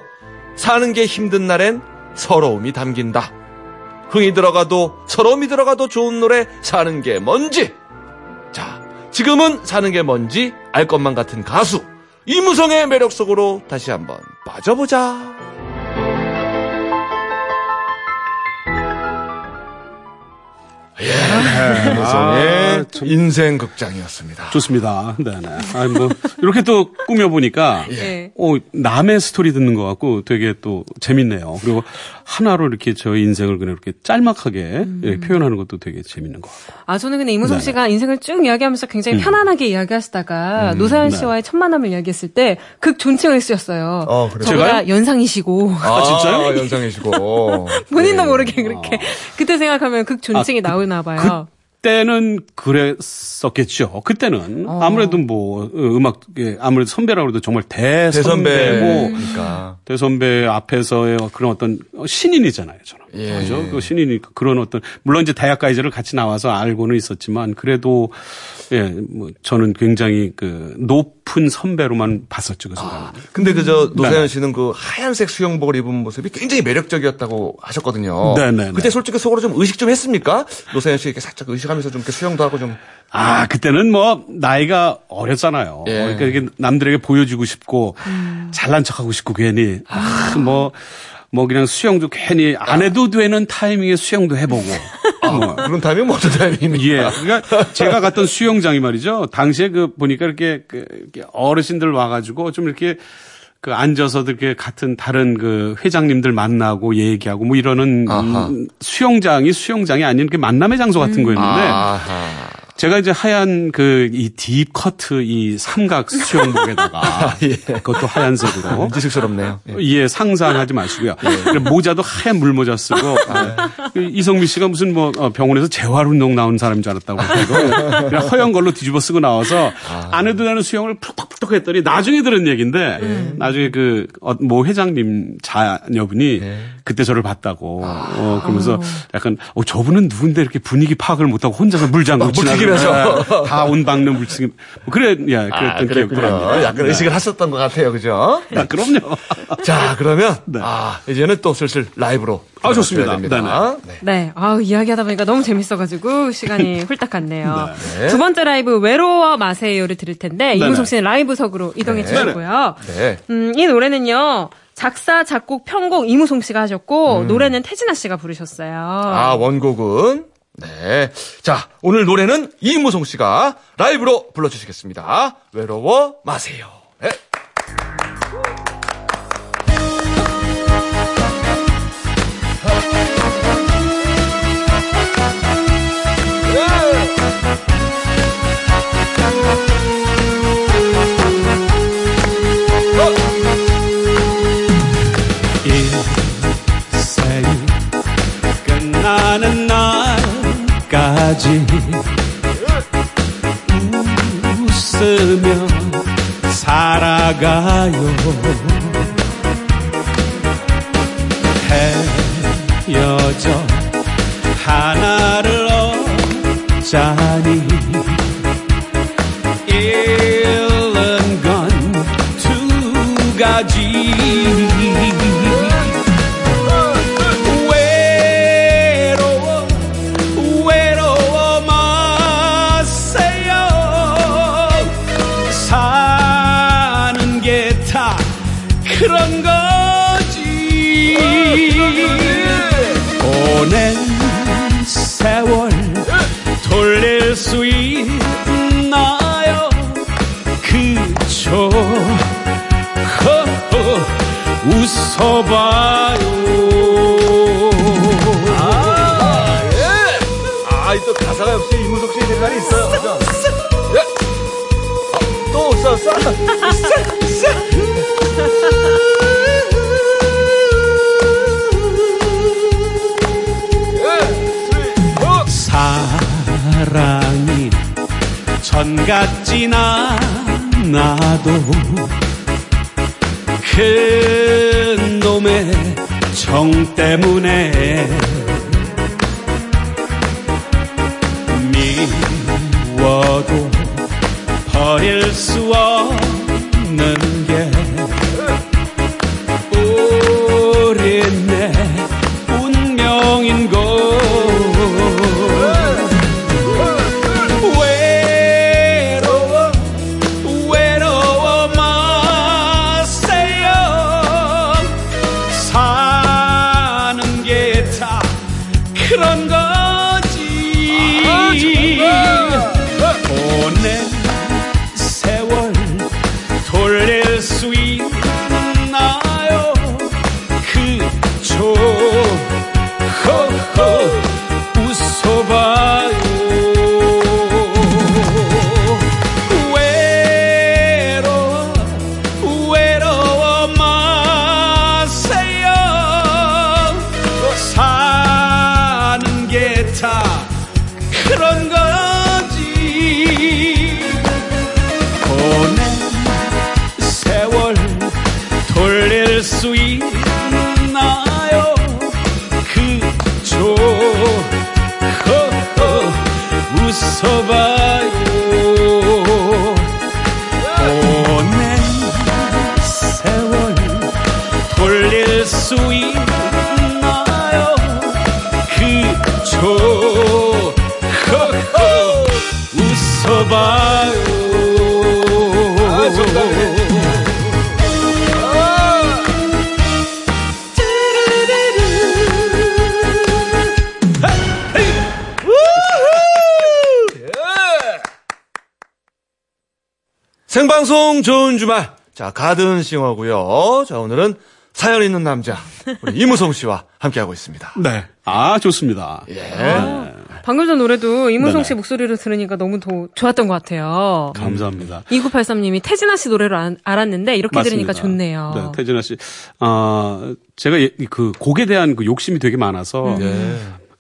[SPEAKER 2] 사는 게 힘든 날엔 서러움이 담긴다. 흥이 들어가도 서러움이 들어가도 좋은 노래 사는 게 뭔지. 자, 지금은 사는 게 뭔지 알 것만 같은 가수 이무성의 매력 속으로 다시 한번 빠져보자. 예, 이무성의
[SPEAKER 4] 아, 참.
[SPEAKER 2] 인생 극장이었습니다.
[SPEAKER 4] 좋습니다. 네, 네. 아, 뭐 이렇게 또 꾸며 보니까
[SPEAKER 3] 예.
[SPEAKER 4] 어, 남의 스토리 듣는 것 같고 되게 또 재밌네요. 그리고 하나로 이렇게 저의 인생을 그냥 이렇게 짤막하게 예, 표현하는 것도 되게 재밌는 것 같고.
[SPEAKER 3] 아, 저는 근데 이무송
[SPEAKER 4] 네.
[SPEAKER 3] 씨가 인생을 쭉 이야기하면서 굉장히 편안하게 이야기하시다가 노사연
[SPEAKER 4] 네.
[SPEAKER 3] 씨와의 첫 만남을 이야기했을 때 극 존칭을 쓰였어요.
[SPEAKER 2] 어, 그래요?
[SPEAKER 3] 저보다
[SPEAKER 4] 제가요?
[SPEAKER 3] 연상이시고
[SPEAKER 2] 아,
[SPEAKER 4] 진짜요?
[SPEAKER 2] 연상이시고.
[SPEAKER 3] 본인도 모르게 그렇게 그때 생각하면 극 존칭이
[SPEAKER 4] 아, 그-
[SPEAKER 3] 나오나 봐요.
[SPEAKER 4] 그때는 그랬었겠죠. 그때는 아무래도 뭐 어, 음악 예, 아무래도 선배라고 해도 정말 대선배고
[SPEAKER 2] 대선배. 그러니까.
[SPEAKER 4] 대선배 앞에서의 그런 어떤 신인이잖아요, 저는.
[SPEAKER 2] 예.
[SPEAKER 4] 그죠? 그 신인이니까 그런 어떤 물론 이제 대학가이제를 같이 나와서 알고는 있었지만 그래도 예, 뭐 저는 굉장히 그 높은 선배로만 봤었죠, 그 순간.
[SPEAKER 2] 근데 그저
[SPEAKER 4] 네.
[SPEAKER 2] 노사연 씨는 그 하얀색 수영복을 입은 모습이 굉장히 매력적이었다고 하셨거든요.
[SPEAKER 4] 네, 네, 네.
[SPEAKER 2] 어. 그때 솔직히 속으로 좀 의식 좀 했습니까? 노사연 씨 이렇게 살짝 의식하면서 좀 이렇게 수영도 하고 좀.
[SPEAKER 4] 아, 그때는 뭐 나이가 어렸잖아요.
[SPEAKER 2] 예.
[SPEAKER 4] 그러니까 이게 남들에게 보여주고 싶고 잘난 척하고 싶고 괜히 아, 뭐. 뭐 그냥 수영도 괜히 안 해도 되는 타이밍에 수영도 해보고 뭐
[SPEAKER 2] 그런 타이밍 뭐 어떤 타이밍입니까?
[SPEAKER 4] 예. 그러니까 제가 갔던 수영장이 말이죠. 당시에 그 보니까 이렇게, 그 이렇게 어르신들 와가지고 좀 이렇게 그 앉아서 이렇게 같은 다른 그 회장님들 만나고 얘기하고 뭐 이러는
[SPEAKER 2] 아하.
[SPEAKER 4] 음, 수영장이 수영장이 아닌 그 만남의 장소 같은 거였는데
[SPEAKER 2] 아하.
[SPEAKER 4] 제가 이제 하얀 그 이 딥 커트 이 삼각
[SPEAKER 2] 아,
[SPEAKER 4] 수영복에다가
[SPEAKER 2] 예.
[SPEAKER 4] 그것도 하얀색으로
[SPEAKER 2] 어? 지식스럽네요. 예.
[SPEAKER 4] 예, 상상하지 마시고요. 그리고 모자도 하얀 물모자 쓰고
[SPEAKER 2] 아, 네.
[SPEAKER 4] 그 이성미 씨가 무슨 뭐 어, 병원에서 재활운동 나온 사람인 줄 알았다고 그러고 그냥 허연 걸로 뒤집어 쓰고 나와서
[SPEAKER 2] 아.
[SPEAKER 4] 안 해도 되는 수영을 푹푹푹 했더니 나중에 들은 얘기인데
[SPEAKER 2] 예.
[SPEAKER 4] 나중에 그 모 회장님 자녀분이
[SPEAKER 2] 예.
[SPEAKER 4] 그때 저를 봤다고
[SPEAKER 2] 아.
[SPEAKER 4] 어, 그러면서 약간 어, 저분은 누군데 이렇게 분위기 파악을 못하고 혼자서 물장구
[SPEAKER 2] 막 어, 튀기면서. 아,
[SPEAKER 4] 다온 박는 물치기 그래 야 그랬던 기억도 납니다. 예.
[SPEAKER 2] 약간 의식을 하셨던 것 같아요, 그죠?
[SPEAKER 4] 아, 그럼요.
[SPEAKER 2] 자, 그러면
[SPEAKER 4] 네.
[SPEAKER 2] 아 이제는 또 슬슬 라이브로
[SPEAKER 4] 아, 좋습니다.
[SPEAKER 2] 들어가셔야 됩니다. 네.
[SPEAKER 3] 네. 아 이야기하다 보니까 너무 재밌어가지고 시간이 훌딱 갔네요. 두 번째 라이브 외로워 마세요를 들을 텐데 이문석 씨는 라이브석으로 이동해 주시고요.
[SPEAKER 2] 네.
[SPEAKER 3] 음, 이 노래는요. 작사, 작곡, 편곡 이무송 씨가 하셨고 노래는 태진아 씨가 부르셨어요.
[SPEAKER 2] 아 원곡은 네. 자 오늘 노래는 이무송 씨가 라이브로 불러주시겠습니다. 외로워 마세요. 네.
[SPEAKER 4] 인생이 끝나는 날까지 웃으며 살아가요 헤어져 하나를 얻자니 잃은 건 두 가지 외로워 외로워 마세요 사는 게 다 그런 거지 오랜 세월 돌릴 수 있나요 그쵸 허허, 웃어봐요.
[SPEAKER 2] 아또 가사가 역시 이무송 씨의 색깔이 있어요. 그죠? 예. 아, 또 써, 써.
[SPEAKER 4] 사랑이 전 같진 않아도 큰 놈의 정 때문에 미워도 버릴 수 없는 게 우린 내 운명인 걸 외로워 외로워 마세요 사는 게 다 그런 거지 보낸 세월 돌릴 수 있나요 그쵸 허허 웃어봐요 외로워 외로워 마세요 사는 게 다 그런 거지 보낸 세월 돌릴 수 있나요 그저 허허 웃어봐요 보낸 세월 돌릴 수 있나요 그 그저 허허 웃어봐요
[SPEAKER 2] 생방송 좋은 주말. 자, 가든싱어고요. 자, 오늘은 사연 있는 남자 우리 이무송 씨와 함께하고 있습니다.
[SPEAKER 4] 네. 아, 좋습니다.
[SPEAKER 2] 예.
[SPEAKER 3] 방금 전 노래도 이문송
[SPEAKER 4] 네네.
[SPEAKER 3] 씨 목소리를 들으니까 너무 더 좋았던 것 같아요.
[SPEAKER 4] 감사합니다.
[SPEAKER 3] 2983님이 태진아 씨 노래를 안- 알았는데 이렇게 들으니까 좋네요.
[SPEAKER 4] 네, 태진아 씨. 아, 제가 예- 그 곡에 대한 그 욕심이 되게
[SPEAKER 3] 음.
[SPEAKER 4] 많아서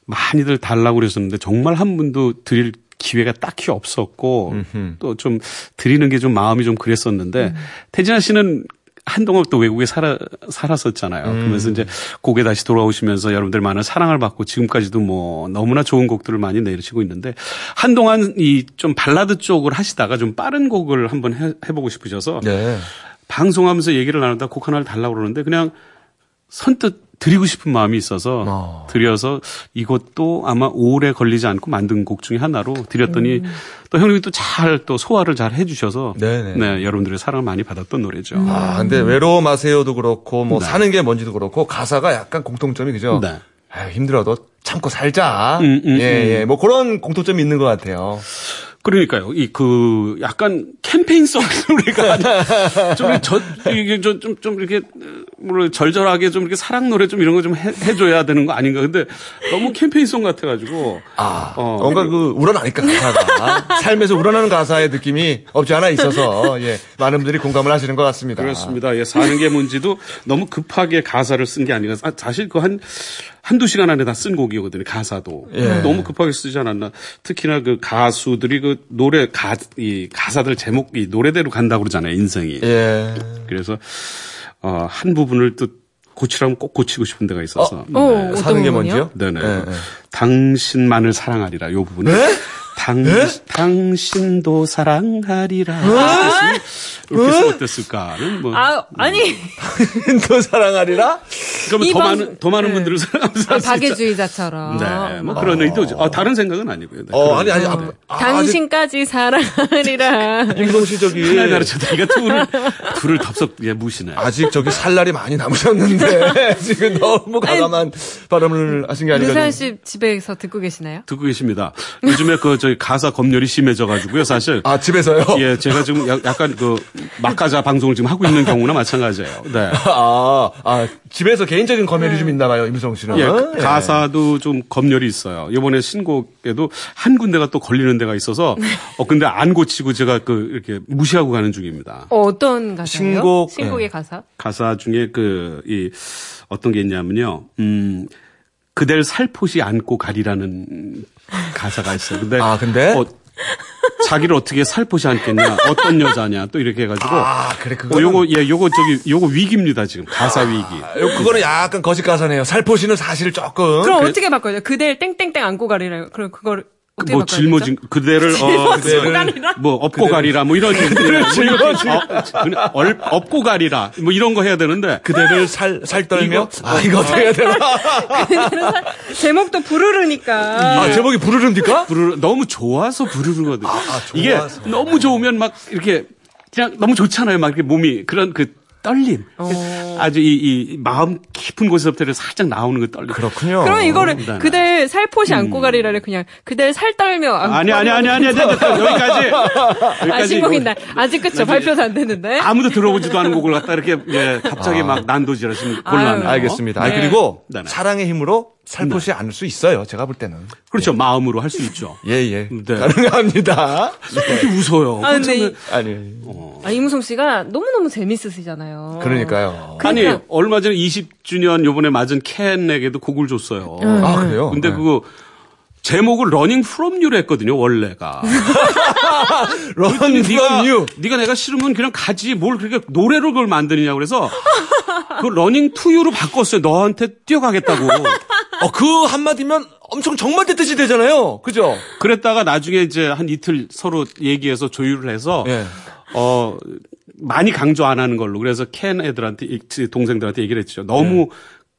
[SPEAKER 4] 많이들 달라고 그랬었는데 정말 한 분도 드릴 기회가 딱히 없었고 또 좀 드리는 게 좀 마음이 좀 그랬었는데 태진아 씨는 한동안 또 외국에 살아, 살았었잖아요. 그러면서 이제 곡에 다시 돌아오시면서 여러분들 많은 사랑을 받고 지금까지도 뭐 너무나 좋은 곡들을 많이 내리시고 있는데 한동안 이 좀 발라드 쪽을 하시다가 좀 빠른 곡을 한번 해, 해보고 싶으셔서
[SPEAKER 2] 네.
[SPEAKER 4] 방송하면서 얘기를 나누다 곡 하나를 달라고 그러는데 그냥 선뜻 드리고 싶은 마음이 있어서
[SPEAKER 2] 어.
[SPEAKER 4] 드려서 이것도 아마 오래 걸리지 않고 만든 곡 중에 하나로 드렸더니 또 형님이 또 잘 또 소화를 잘 해주셔서
[SPEAKER 2] 네네.
[SPEAKER 4] 네, 여러분들의 사랑을 많이 받았던 노래죠. 어.
[SPEAKER 2] 아, 근데 외로워 마세요도 그렇고 뭐
[SPEAKER 4] 음. 네.
[SPEAKER 2] 사는 게 뭔지도 그렇고 가사가 약간 공통점이 그죠?
[SPEAKER 4] 네.
[SPEAKER 2] 아유, 힘들어도 참고 살자.
[SPEAKER 4] 음, 음,
[SPEAKER 2] 예, 예. 뭐 그런 공통점이 있는 것 같아요.
[SPEAKER 4] 그러니까요. 이 그 약간 캠페인성 노래가 아니- 좀 이렇게 저 이게 좀 좀 좀 이렇게 뭐 절절하게 좀 이렇게 사랑 노래 좀 이런 거 좀 해줘야 되는 거 아닌가. 근데 너무 캠페인성 같아가지고
[SPEAKER 2] 아,
[SPEAKER 4] 어.
[SPEAKER 2] 뭔가 그 우러나니까 가사가 삶에서 우러나는 가사의 느낌이 없지 않아 있어서 예, 많은 분들이 공감을 하시는 것 같습니다.
[SPEAKER 4] 그렇습니다. 예, 사는 게 뭔지도 너무 급하게 가사를 쓴 게 아니라 사- 사실 그 한 한두 시간 안에 다 쓴 곡이거든요. 가사도
[SPEAKER 2] 예.
[SPEAKER 4] 너무 급하게 쓰지 않았나. 특히나 그 가수들이 그 노래 가 이 가사들 제목이 노래대로 간다고 그러잖아요. 인생이.
[SPEAKER 2] 예.
[SPEAKER 4] 그래서 어, 한 부분을 또 고치라면 꼭 고치고 싶은 데가 있어서. 네.
[SPEAKER 3] 어, 어떤
[SPEAKER 2] 사는 게
[SPEAKER 3] 부분이요?
[SPEAKER 2] 뭔지요?
[SPEAKER 4] 네네.
[SPEAKER 2] 예, 예.
[SPEAKER 4] 당신만을 사랑하리라. 요 부분.
[SPEAKER 2] 네?
[SPEAKER 4] 당, 당신도 사랑하리라.
[SPEAKER 2] 어?
[SPEAKER 4] 이렇게 쓰면 어땠을까는 뭐.
[SPEAKER 3] 아, 아니.
[SPEAKER 2] 또 사랑하리라?
[SPEAKER 4] 그러면
[SPEAKER 3] 이
[SPEAKER 4] 더
[SPEAKER 3] 방-
[SPEAKER 4] 많은 더 많은
[SPEAKER 3] 네.
[SPEAKER 4] 분들을 사랑하면서
[SPEAKER 3] 아,
[SPEAKER 4] 할수 있다.
[SPEAKER 3] 박애주의자처럼.
[SPEAKER 4] 네, 뭐 그런 의도죠. 아, 다른 생각은 아니고요. 네,
[SPEAKER 2] 어,
[SPEAKER 4] 그런
[SPEAKER 2] 아니, 아니. 아,
[SPEAKER 4] 의도.
[SPEAKER 2] 아,
[SPEAKER 3] 당신까지 사랑하리라.
[SPEAKER 2] 아직 윤성 씨 저기
[SPEAKER 4] 하나 가르쳐드니까 둘을 둘을 덥석 예, 무시네.
[SPEAKER 2] 아직 저기 살 날이 많이 남으셨는데 지금 너무 과감한 발언을 하신 게 아닌가.
[SPEAKER 3] 류사연
[SPEAKER 2] 좀-
[SPEAKER 3] 씨 집에서 듣고 계시나요?
[SPEAKER 4] 듣고 계십니다. 요즘에 그 저희 가사 검열이 심해져가지고요, 사실.
[SPEAKER 2] 아, 집에서요?
[SPEAKER 4] 예, 제가 지금 야- 약간 그 막가자 방송을 지금 하고 있는 경우나 마찬가지예요. 네.
[SPEAKER 2] 아, 아, 집에서 개인적인 검열이 좀 있나 봐요, 임성 씨는.
[SPEAKER 4] 예,
[SPEAKER 2] 어?
[SPEAKER 4] 가사도 좀 검열이 있어요. 이번에 신곡에도 한 군데가 또 걸리는 데가 있어서
[SPEAKER 3] 네.
[SPEAKER 4] 어 근데 안 고치고 제가 그 이렇게 무시하고 가는 중입니다.
[SPEAKER 3] 어, 어떤 가사예요?
[SPEAKER 2] 신곡,
[SPEAKER 3] 신곡의
[SPEAKER 2] 예.
[SPEAKER 3] 가사?
[SPEAKER 4] 가사 중에 그 이 어떤 게 있냐면요. 음 그댈 살포시 안고 가리라는 가사가 있어요. 근데
[SPEAKER 2] 아, 근데?
[SPEAKER 4] 어, 자기를 어떻게 살포시 안겠냐? 어떤 여자냐? 또 이렇게 해가지고
[SPEAKER 2] 아, 그래, 그거는-
[SPEAKER 4] 어, 요거 예 요거 저기 요거 위기입니다 지금 가사 위기.
[SPEAKER 2] 아, 요- 그거는 약간 거짓 가사네요. 살포시는 사실 조금.
[SPEAKER 3] 그럼 어떻게 바꿔요? 그댈 땡땡땡 안고 가리라. 그럼 그걸 어떻게
[SPEAKER 4] 뭐
[SPEAKER 3] 바꿔야
[SPEAKER 4] 짊어진 그대를 어
[SPEAKER 2] 그대를
[SPEAKER 3] 가리라?
[SPEAKER 4] 뭐 업고 가리라 뭐 이런 짊어진 그, 업고 가리라 뭐 이런 거 해야 되는데
[SPEAKER 2] 그대를 살, 살 떨며?
[SPEAKER 4] 이거?
[SPEAKER 2] 아, 이거 어떻게 해야 되나?
[SPEAKER 3] 되죠? 제목도 부르르니까.
[SPEAKER 2] 아, 제목이 부르르입니까?
[SPEAKER 4] 부르르 너무 좋아서 부르르거든요.
[SPEAKER 2] 좋아서.
[SPEAKER 4] 이게 너무 좋으면 막 이렇게 그냥 너무 좋잖아요. 막 이렇게 몸이 그런 그 떨림. 아주 이, 이 마음 깊은 곳에서부터 살짝 나오는 그 떨림.
[SPEAKER 2] 그렇군요.
[SPEAKER 3] 그럼 이거를
[SPEAKER 4] 네, 네.
[SPEAKER 3] 그댈 살포시 안고 가리라를 그냥 그댈 살 떨며 안고
[SPEAKER 4] 아니 아니 아니 아니 아니 아니, 아니, 여기까지
[SPEAKER 3] 아,
[SPEAKER 4] 여기까지
[SPEAKER 3] 신곡인 날. 아직 그쵸. 발표도 안 됐는데.
[SPEAKER 4] 아무도 들어보지도 않은 곡을 갖다 이렇게 예, 갑자기 막 난도질하시면 곤란해요.
[SPEAKER 2] 아. 알겠습니다.
[SPEAKER 4] 네.
[SPEAKER 2] 아, 그리고
[SPEAKER 4] 네, 네.
[SPEAKER 2] 사랑의 힘으로 살포시 않을 수 있어요. 제가 볼 때는.
[SPEAKER 4] 그렇죠. 마음으로 할 수 있죠.
[SPEAKER 2] 예, 예.
[SPEAKER 4] 네.
[SPEAKER 2] 가능합니다.
[SPEAKER 4] 이렇게 웃어요.
[SPEAKER 3] 아, 근데 이-
[SPEAKER 2] 아니,
[SPEAKER 3] 아, 이무송 씨가 너무너무 재밌으시잖아요.
[SPEAKER 2] 그러니까요.
[SPEAKER 4] 아니
[SPEAKER 3] 그러니까-
[SPEAKER 4] 얼마 전에 20주년 요번에 맞은 캔에게도 곡을 줬어요.
[SPEAKER 2] 아, 그래요?
[SPEAKER 4] 근데
[SPEAKER 2] 네.
[SPEAKER 4] 그거 제목을 러닝 프롬 유로 했거든요 원래가.
[SPEAKER 2] Run
[SPEAKER 4] 네가
[SPEAKER 2] from you.
[SPEAKER 4] 네가 내가 싫으면 그냥 가지 뭘 그렇게 노래로 그걸 만드느냐 그래서 그 러닝 투 유로 바꿨어요. 너한테 뛰어가겠다고.
[SPEAKER 2] 어, 그 한마디면 엄청 정말 뜻이 되잖아요. 그죠?
[SPEAKER 4] 그랬다가 나중에 이제 한 이틀 서로 얘기해서 조율을 해서
[SPEAKER 2] 예.
[SPEAKER 4] 어 많이 강조 안 하는 걸로 그래서 켄 애들한테 이- 지- 동생들한테 얘기를 했죠. 너무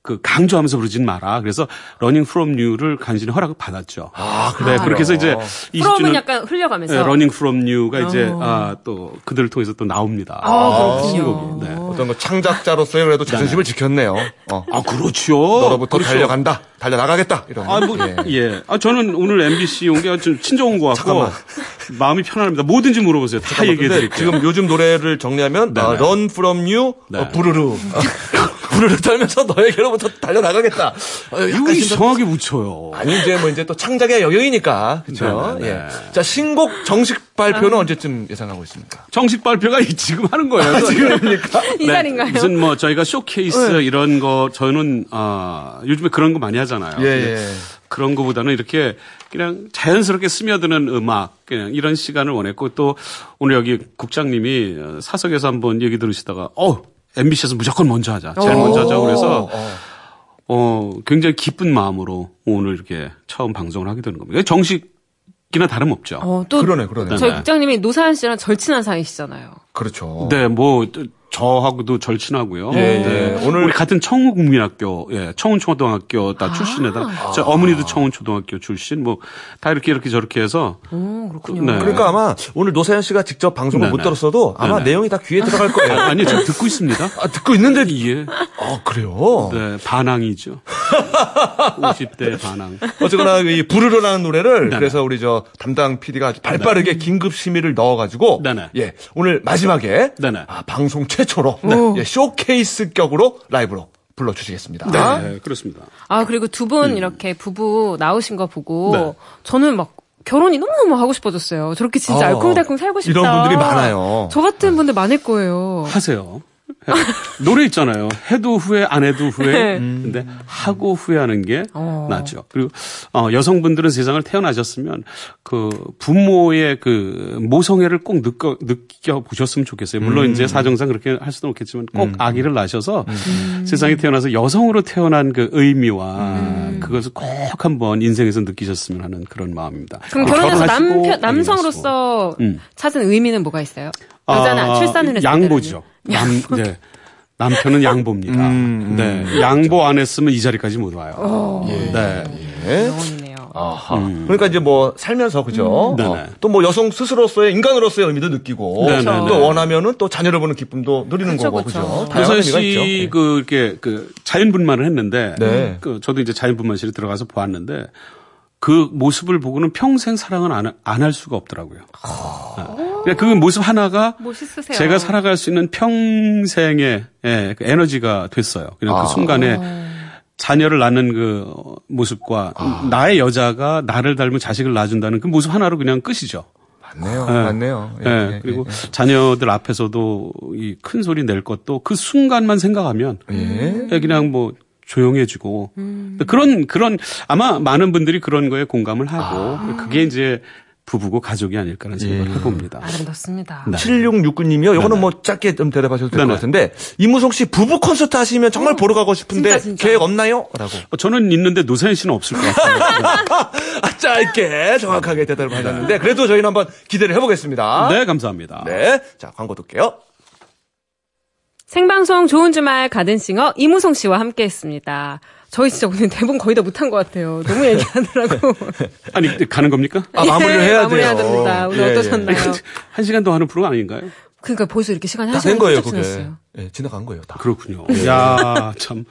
[SPEAKER 4] 그 강조하면서 부르진 마라. 그래서 러닝 프롬 유를 간신히 허락을 받았죠. 아, 그래. 그렇게 해서 이제 예,
[SPEAKER 3] 프롬은
[SPEAKER 4] 20주년
[SPEAKER 3] 약간 흘려가면서. 어.
[SPEAKER 4] 러닝 프롬 유가 이제 아, 또 그들을 통해서 또 나옵니다.
[SPEAKER 3] 아, 그렇군요.
[SPEAKER 4] 신곡이. 네.
[SPEAKER 2] 어떤 거 창작자로서의 그래도 자존심을 지켰네요. 어.
[SPEAKER 4] 아, 그렇죠.
[SPEAKER 2] 너로부터
[SPEAKER 4] 그렇죠.
[SPEAKER 2] 달려간다. 달려나가겠다. 이런.
[SPEAKER 4] 아, 뭐,
[SPEAKER 2] 예.
[SPEAKER 4] 예. 아, 저는 오늘 MBC 온 게 좀 친정 온 것 같고 마음이 편안합니다. 뭐든지 물어보세요. 다
[SPEAKER 2] 잠깐만,
[SPEAKER 4] 얘기해
[SPEAKER 2] 근데
[SPEAKER 4] 드릴게요.
[SPEAKER 2] 지금 요즘 노래를 정리하면 아,
[SPEAKER 4] 네네.
[SPEAKER 2] Run From You,
[SPEAKER 4] 네.
[SPEAKER 2] 어, 부르르. 아, 부르르 떨면서 너에게로 여기서부터 달려나가겠다. 어, 약간
[SPEAKER 4] 이거
[SPEAKER 2] 심사-
[SPEAKER 4] 이상하게 묻혀요.
[SPEAKER 2] 아니 이제 뭐 이제 또 창작의 여유이니까 그렇죠.
[SPEAKER 4] 네, 네,
[SPEAKER 2] 예. 자 신곡 정식 발표는 언제쯤 예상하고 있습니까?
[SPEAKER 4] 정식 발표가 이- 아, 지금 하는 거예요. 지금입니까?
[SPEAKER 3] 이 자리인가요? 네.
[SPEAKER 4] 무슨 뭐 저희가 쇼케이스 이런 거 저는 아 요즘에 그런 거 많이 하잖아요.
[SPEAKER 2] 예,
[SPEAKER 4] 근데 그런 거보다는 이렇게 그냥 자연스럽게 스며드는 음악 그냥 이런 시간을 원했고 또 오늘 여기 국장님이 어, 사석에서 한번 얘기 들으시다가 어 MBC에서 무조건 먼저 하자. 제일 먼저 하자 그래서 어 굉장히 기쁜 마음으로 오늘 이렇게 처음 방송을 하게 되는 겁니다. 정식이나 다름없죠.
[SPEAKER 3] 어, 또
[SPEAKER 2] 그러네, 그러네.
[SPEAKER 3] 저희
[SPEAKER 4] 네.
[SPEAKER 3] 국장님이 노사연 씨랑 절친한 사이시잖아요.
[SPEAKER 2] 그렇죠.
[SPEAKER 4] 네, 뭐 저하고도 절친하고요.
[SPEAKER 2] 예,
[SPEAKER 4] 네.
[SPEAKER 2] 예. 오늘- 아.
[SPEAKER 4] 우리 같은 청운국민학교, 예, 청운초등학교 다 출신에다. 저 어머니도 청운초등학교 출신, 뭐 다 이렇게 이렇게 저렇게 해서.
[SPEAKER 3] 오, 그렇군요.
[SPEAKER 4] 네.
[SPEAKER 2] 그러니까 아마 오늘 노사연 씨가 직접 방송을
[SPEAKER 4] 네네.
[SPEAKER 2] 못 들었어도 아마
[SPEAKER 4] 네네.
[SPEAKER 2] 내용이 다 귀에 들어갈 거예요.
[SPEAKER 4] 아, 아니, 저 듣고 있습니다.
[SPEAKER 2] 아, 듣고 있는데
[SPEAKER 4] 예.
[SPEAKER 2] 아 그래요.
[SPEAKER 4] 네, 반항이죠. 50대 반항.
[SPEAKER 2] 어쨌거나 이 부르르라는 노래를
[SPEAKER 4] 네네. 네,
[SPEAKER 2] 그래서 우리 저 담당 PD가 아주 발빠르게 긴급 심의를 넣어가지고
[SPEAKER 4] 네네.
[SPEAKER 2] 예 오늘 마지막에
[SPEAKER 4] 네네.
[SPEAKER 2] 아, 방송 최초로
[SPEAKER 3] 네.
[SPEAKER 2] 예, 쇼케이스 격으로 라이브로 불러주시겠습니다.
[SPEAKER 4] 네, 그렇습니다.
[SPEAKER 3] 아, 그리고 두 분 이렇게 부부 나오신 거 보고
[SPEAKER 4] 음. 네.
[SPEAKER 3] 저는 막 결혼이 너무너무 하고 싶어졌어요. 저렇게 진짜
[SPEAKER 2] 어,
[SPEAKER 3] 알콩달콩 살고 싶다.
[SPEAKER 2] 이런 분들이 많아요.
[SPEAKER 3] 저 같은 분들 많을 거예요.
[SPEAKER 4] 하세요. 예. 노래 있잖아요. 해도 후회, 안 해도 후회.
[SPEAKER 3] 네.
[SPEAKER 4] 근데 하고 후회하는 게
[SPEAKER 3] 어.
[SPEAKER 4] 낫죠. 그리고 어, 여성분들은 세상을 태어나셨으면 그 부모의 그 모성애를 꼭 느껴, 느껴보셨으면 좋겠어요. 물론 이제 사정상 그렇게 할 수는 없겠지만 꼭 아기를 낳으셔서
[SPEAKER 3] 음.
[SPEAKER 4] 세상에 태어나서 여성으로 태어난 그 의미와
[SPEAKER 3] 음.
[SPEAKER 4] 그것을 꼭 한번 인생에서 느끼셨으면 하는 그런 마음입니다.
[SPEAKER 3] 그럼
[SPEAKER 4] 어,
[SPEAKER 3] 결혼해서
[SPEAKER 4] 결혼하시고
[SPEAKER 3] 남편,
[SPEAKER 4] 아기를 낳으시고.
[SPEAKER 3] 남성으로서
[SPEAKER 4] 음.
[SPEAKER 3] 찾은 의미는 뭐가 있어요?
[SPEAKER 4] 아,
[SPEAKER 3] 여자는 출산을 했을
[SPEAKER 4] 양보죠. 남, 네. 남편은 양보입니다.
[SPEAKER 2] 음,
[SPEAKER 4] 네. 양보 안 했으면 이 자리까지 못
[SPEAKER 3] 어.
[SPEAKER 4] 와요. 네.
[SPEAKER 2] 예.
[SPEAKER 3] 때는 영혼이네요.
[SPEAKER 2] 아하. 그러니까 이제 뭐 살면서 그죠.
[SPEAKER 4] 음. 네네.
[SPEAKER 2] 또 뭐 여성 스스로서의 인간으로서의 의미도 느끼고
[SPEAKER 4] 네네네.
[SPEAKER 2] 어, 또 원하면은 또 자녀를 보는 기쁨도 누리는
[SPEAKER 3] 그쵸,
[SPEAKER 2] 거고
[SPEAKER 3] 그쵸.
[SPEAKER 2] 그죠. 다양한
[SPEAKER 4] 노사연
[SPEAKER 2] 의미가 있죠. 예.
[SPEAKER 4] 씨, 그, 이렇게, 그, 자연분만을 했는데,
[SPEAKER 2] 네.
[SPEAKER 4] 그, 저도 이제 자연분만실에 들어가서 보았는데, 그 모습을 보고는 평생 사랑은 안, 안 할 수가 없더라고요.
[SPEAKER 3] 어.
[SPEAKER 4] 네. 그러니까 그 모습 하나가
[SPEAKER 3] 멋있으세요.
[SPEAKER 4] 제가 살아갈 수 있는 평생의 예, 그 에너지가 됐어요. 그냥
[SPEAKER 2] 아.
[SPEAKER 4] 그 순간에 자녀를 낳는 그 모습과
[SPEAKER 2] 아.
[SPEAKER 4] 나의 여자가 나를 닮은 자식을 낳아준다는 그 모습 하나로 그냥 끝이죠.
[SPEAKER 2] 맞네요.
[SPEAKER 4] 예.
[SPEAKER 2] 맞네요. 예,
[SPEAKER 4] 예,
[SPEAKER 2] 예,
[SPEAKER 4] 그리고 자녀들 앞에서도 이 큰 소리 낼 것도 그 순간만 생각하면
[SPEAKER 2] 예.
[SPEAKER 4] 예, 그냥 뭐 조용해지고 그런 그런 아마 많은 분들이 그런 거에 공감을 하고
[SPEAKER 2] 아.
[SPEAKER 4] 그게 이제 부부고 가족이 아닐까라는 생각을
[SPEAKER 2] 예.
[SPEAKER 4] 해봅니다.
[SPEAKER 3] 아름답습니다.
[SPEAKER 2] 7669님이요. 요거는 뭐 짧게 좀 대답하셔도 될 것
[SPEAKER 4] 네, 네네.
[SPEAKER 2] 같은데 이무송 씨 부부 콘서트 하시면 정말 보러 가고 싶은데
[SPEAKER 3] 진짜, 진짜.
[SPEAKER 2] 계획 없나요? 라고.
[SPEAKER 4] 어, 저는 있는데 노사연 씨는 없을 것 같아요.
[SPEAKER 2] 아, 짧게 정확하게 대답을 받았는데 그래도 저희는 한번 기대를 해보겠습니다.
[SPEAKER 4] 네, 감사합니다.
[SPEAKER 2] 아? 네. 자, 광고 듣게요.
[SPEAKER 3] 생방송 좋은 주말 가든싱어 이무송 씨와 함께 했습니다. 저희 진짜 오늘 대본 거의 다 못한 것 같아요. 너무 얘기하느라고.
[SPEAKER 4] 아니 근데 가는 겁니까?
[SPEAKER 2] 아, 마무리를
[SPEAKER 3] 예,
[SPEAKER 2] 해야 돼요.
[SPEAKER 3] 마무리해야 됩니다. 오늘
[SPEAKER 2] 예, 예.
[SPEAKER 3] 어떠셨나요?
[SPEAKER 4] 한 시간 더 하는 프로 아닌가요?
[SPEAKER 3] 그러니까 벌써 이렇게 시간이 한
[SPEAKER 2] 다 된
[SPEAKER 3] 시간
[SPEAKER 2] 거예요,
[SPEAKER 3] 훌쩍
[SPEAKER 2] 그게.
[SPEAKER 3] 지났어요.
[SPEAKER 2] 예, 지나간 거예요. 다.
[SPEAKER 4] 그렇군요.
[SPEAKER 2] 네.
[SPEAKER 4] 야, 참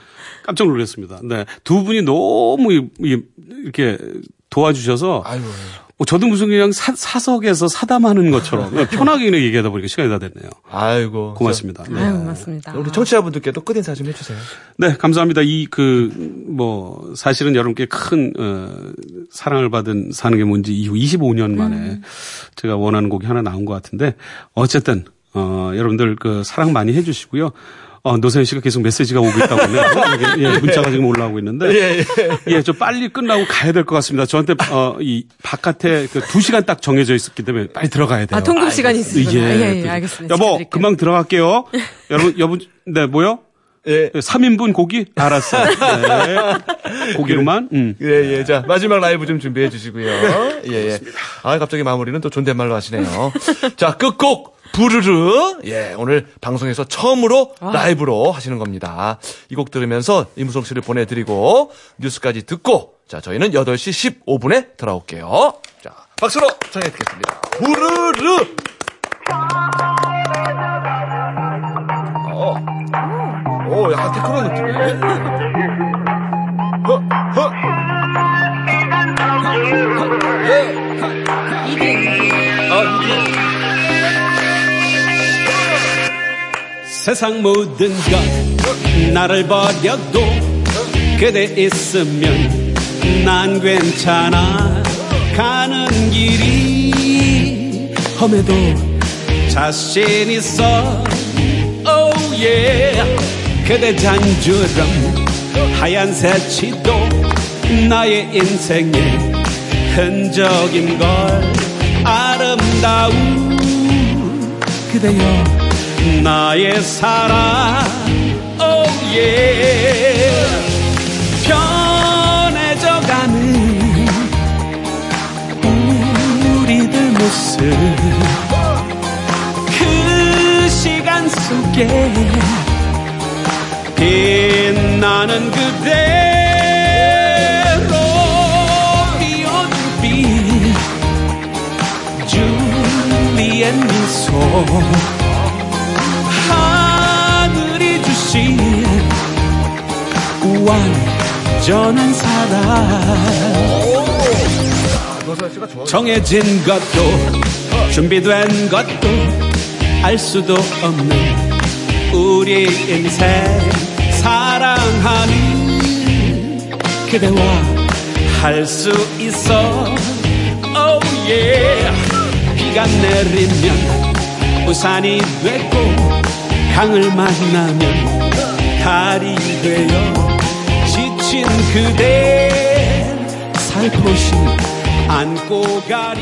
[SPEAKER 4] 깜짝 놀랐습니다. 네, 두 분이 너무 이- 이- 이렇게 도와주셔서
[SPEAKER 2] 아유.
[SPEAKER 4] 어, 저도 무슨 그냥 사, 사석에서 사담하는 것처럼
[SPEAKER 2] 아.
[SPEAKER 4] 그냥 편하게 그냥 얘기하다 보니까 시간이 다 됐네요.
[SPEAKER 2] 아이고.
[SPEAKER 4] 고맙습니다.
[SPEAKER 2] 그렇죠.
[SPEAKER 4] 네.
[SPEAKER 3] 아유, 맞습니다.
[SPEAKER 2] 자, 우리 청취자분들께도 끝인사 좀 해주세요.
[SPEAKER 4] 네, 감사합니다. 이 그 뭐 사실은 여러분께 큰 어, 사랑을 받은 사는 게 뭔지 이후 25년 만에
[SPEAKER 3] 음.
[SPEAKER 4] 제가 원하는 곡이 하나 나온 것 같은데 어쨌든 어, 여러분들 그 사랑 많이 해주시고요. 어, 노세현 씨가 계속 메시지가 오고 있다고 하네요. 이게, 예, 문자가 지금 올라오고 있는데. 예, 예. 좀 빨리 끝나고 가야 될 것 같습니다. 저한테, 어, 이 바깥에 그 2시간 딱 정해져 있었기 때문에 빨리 들어가야 돼요.
[SPEAKER 3] 아, 통금 시간이 있습니다. 예, 예,
[SPEAKER 4] 또-
[SPEAKER 3] 알겠습니다.
[SPEAKER 4] 그- 여보,
[SPEAKER 3] 지켜드릴게요.
[SPEAKER 4] 금방 들어갈게요. 여러분, 여보, 네, 뭐요?
[SPEAKER 2] 예.
[SPEAKER 4] 3인분 고기? 알았어. 네. 고기로만? 음.
[SPEAKER 2] 예, 예. 자, 마지막 라이브 좀 준비해 주시고요. 예, 예. 아, 갑자기 마무리는 또 존댓말로 하시네요. 자, 끝곡. 부르르. 예, 오늘 방송에서 처음으로 라이브로 하시는 겁니다. 이 곡 들으면서 임수성 씨를 보내드리고, 뉴스까지 듣고, 자, 저희는 8시 15분에 돌아올게요. 자, 박수로 청해 듣겠습니다. 부르르! 어. 오, 약간 테크노 느낌이네. 허, 허.
[SPEAKER 4] 세상 모든 것 나를 버려도
[SPEAKER 6] 그대 있으면 난 괜찮아 가는 길이 험해도 자신 있어 oh yeah 그대 잔주름 하얀 새치도 나의 인생의 흔적인 걸 아름다운 그대여 나의 사랑 oh yeah 편해져가는 우리들 모습 그 시간 속에 빛나는 그대로 비어준 빛 줄리엣 미소 하늘이 주신 완전한 사랑 정해진 것도 준비된 것도 알 수도 없는 우리 인생 사랑하는 그대와 할 수 있어 oh yeah 비가 내리면 우산이 되고 강을 만나면 달이 되어 지친 그대 살포시 안고 가리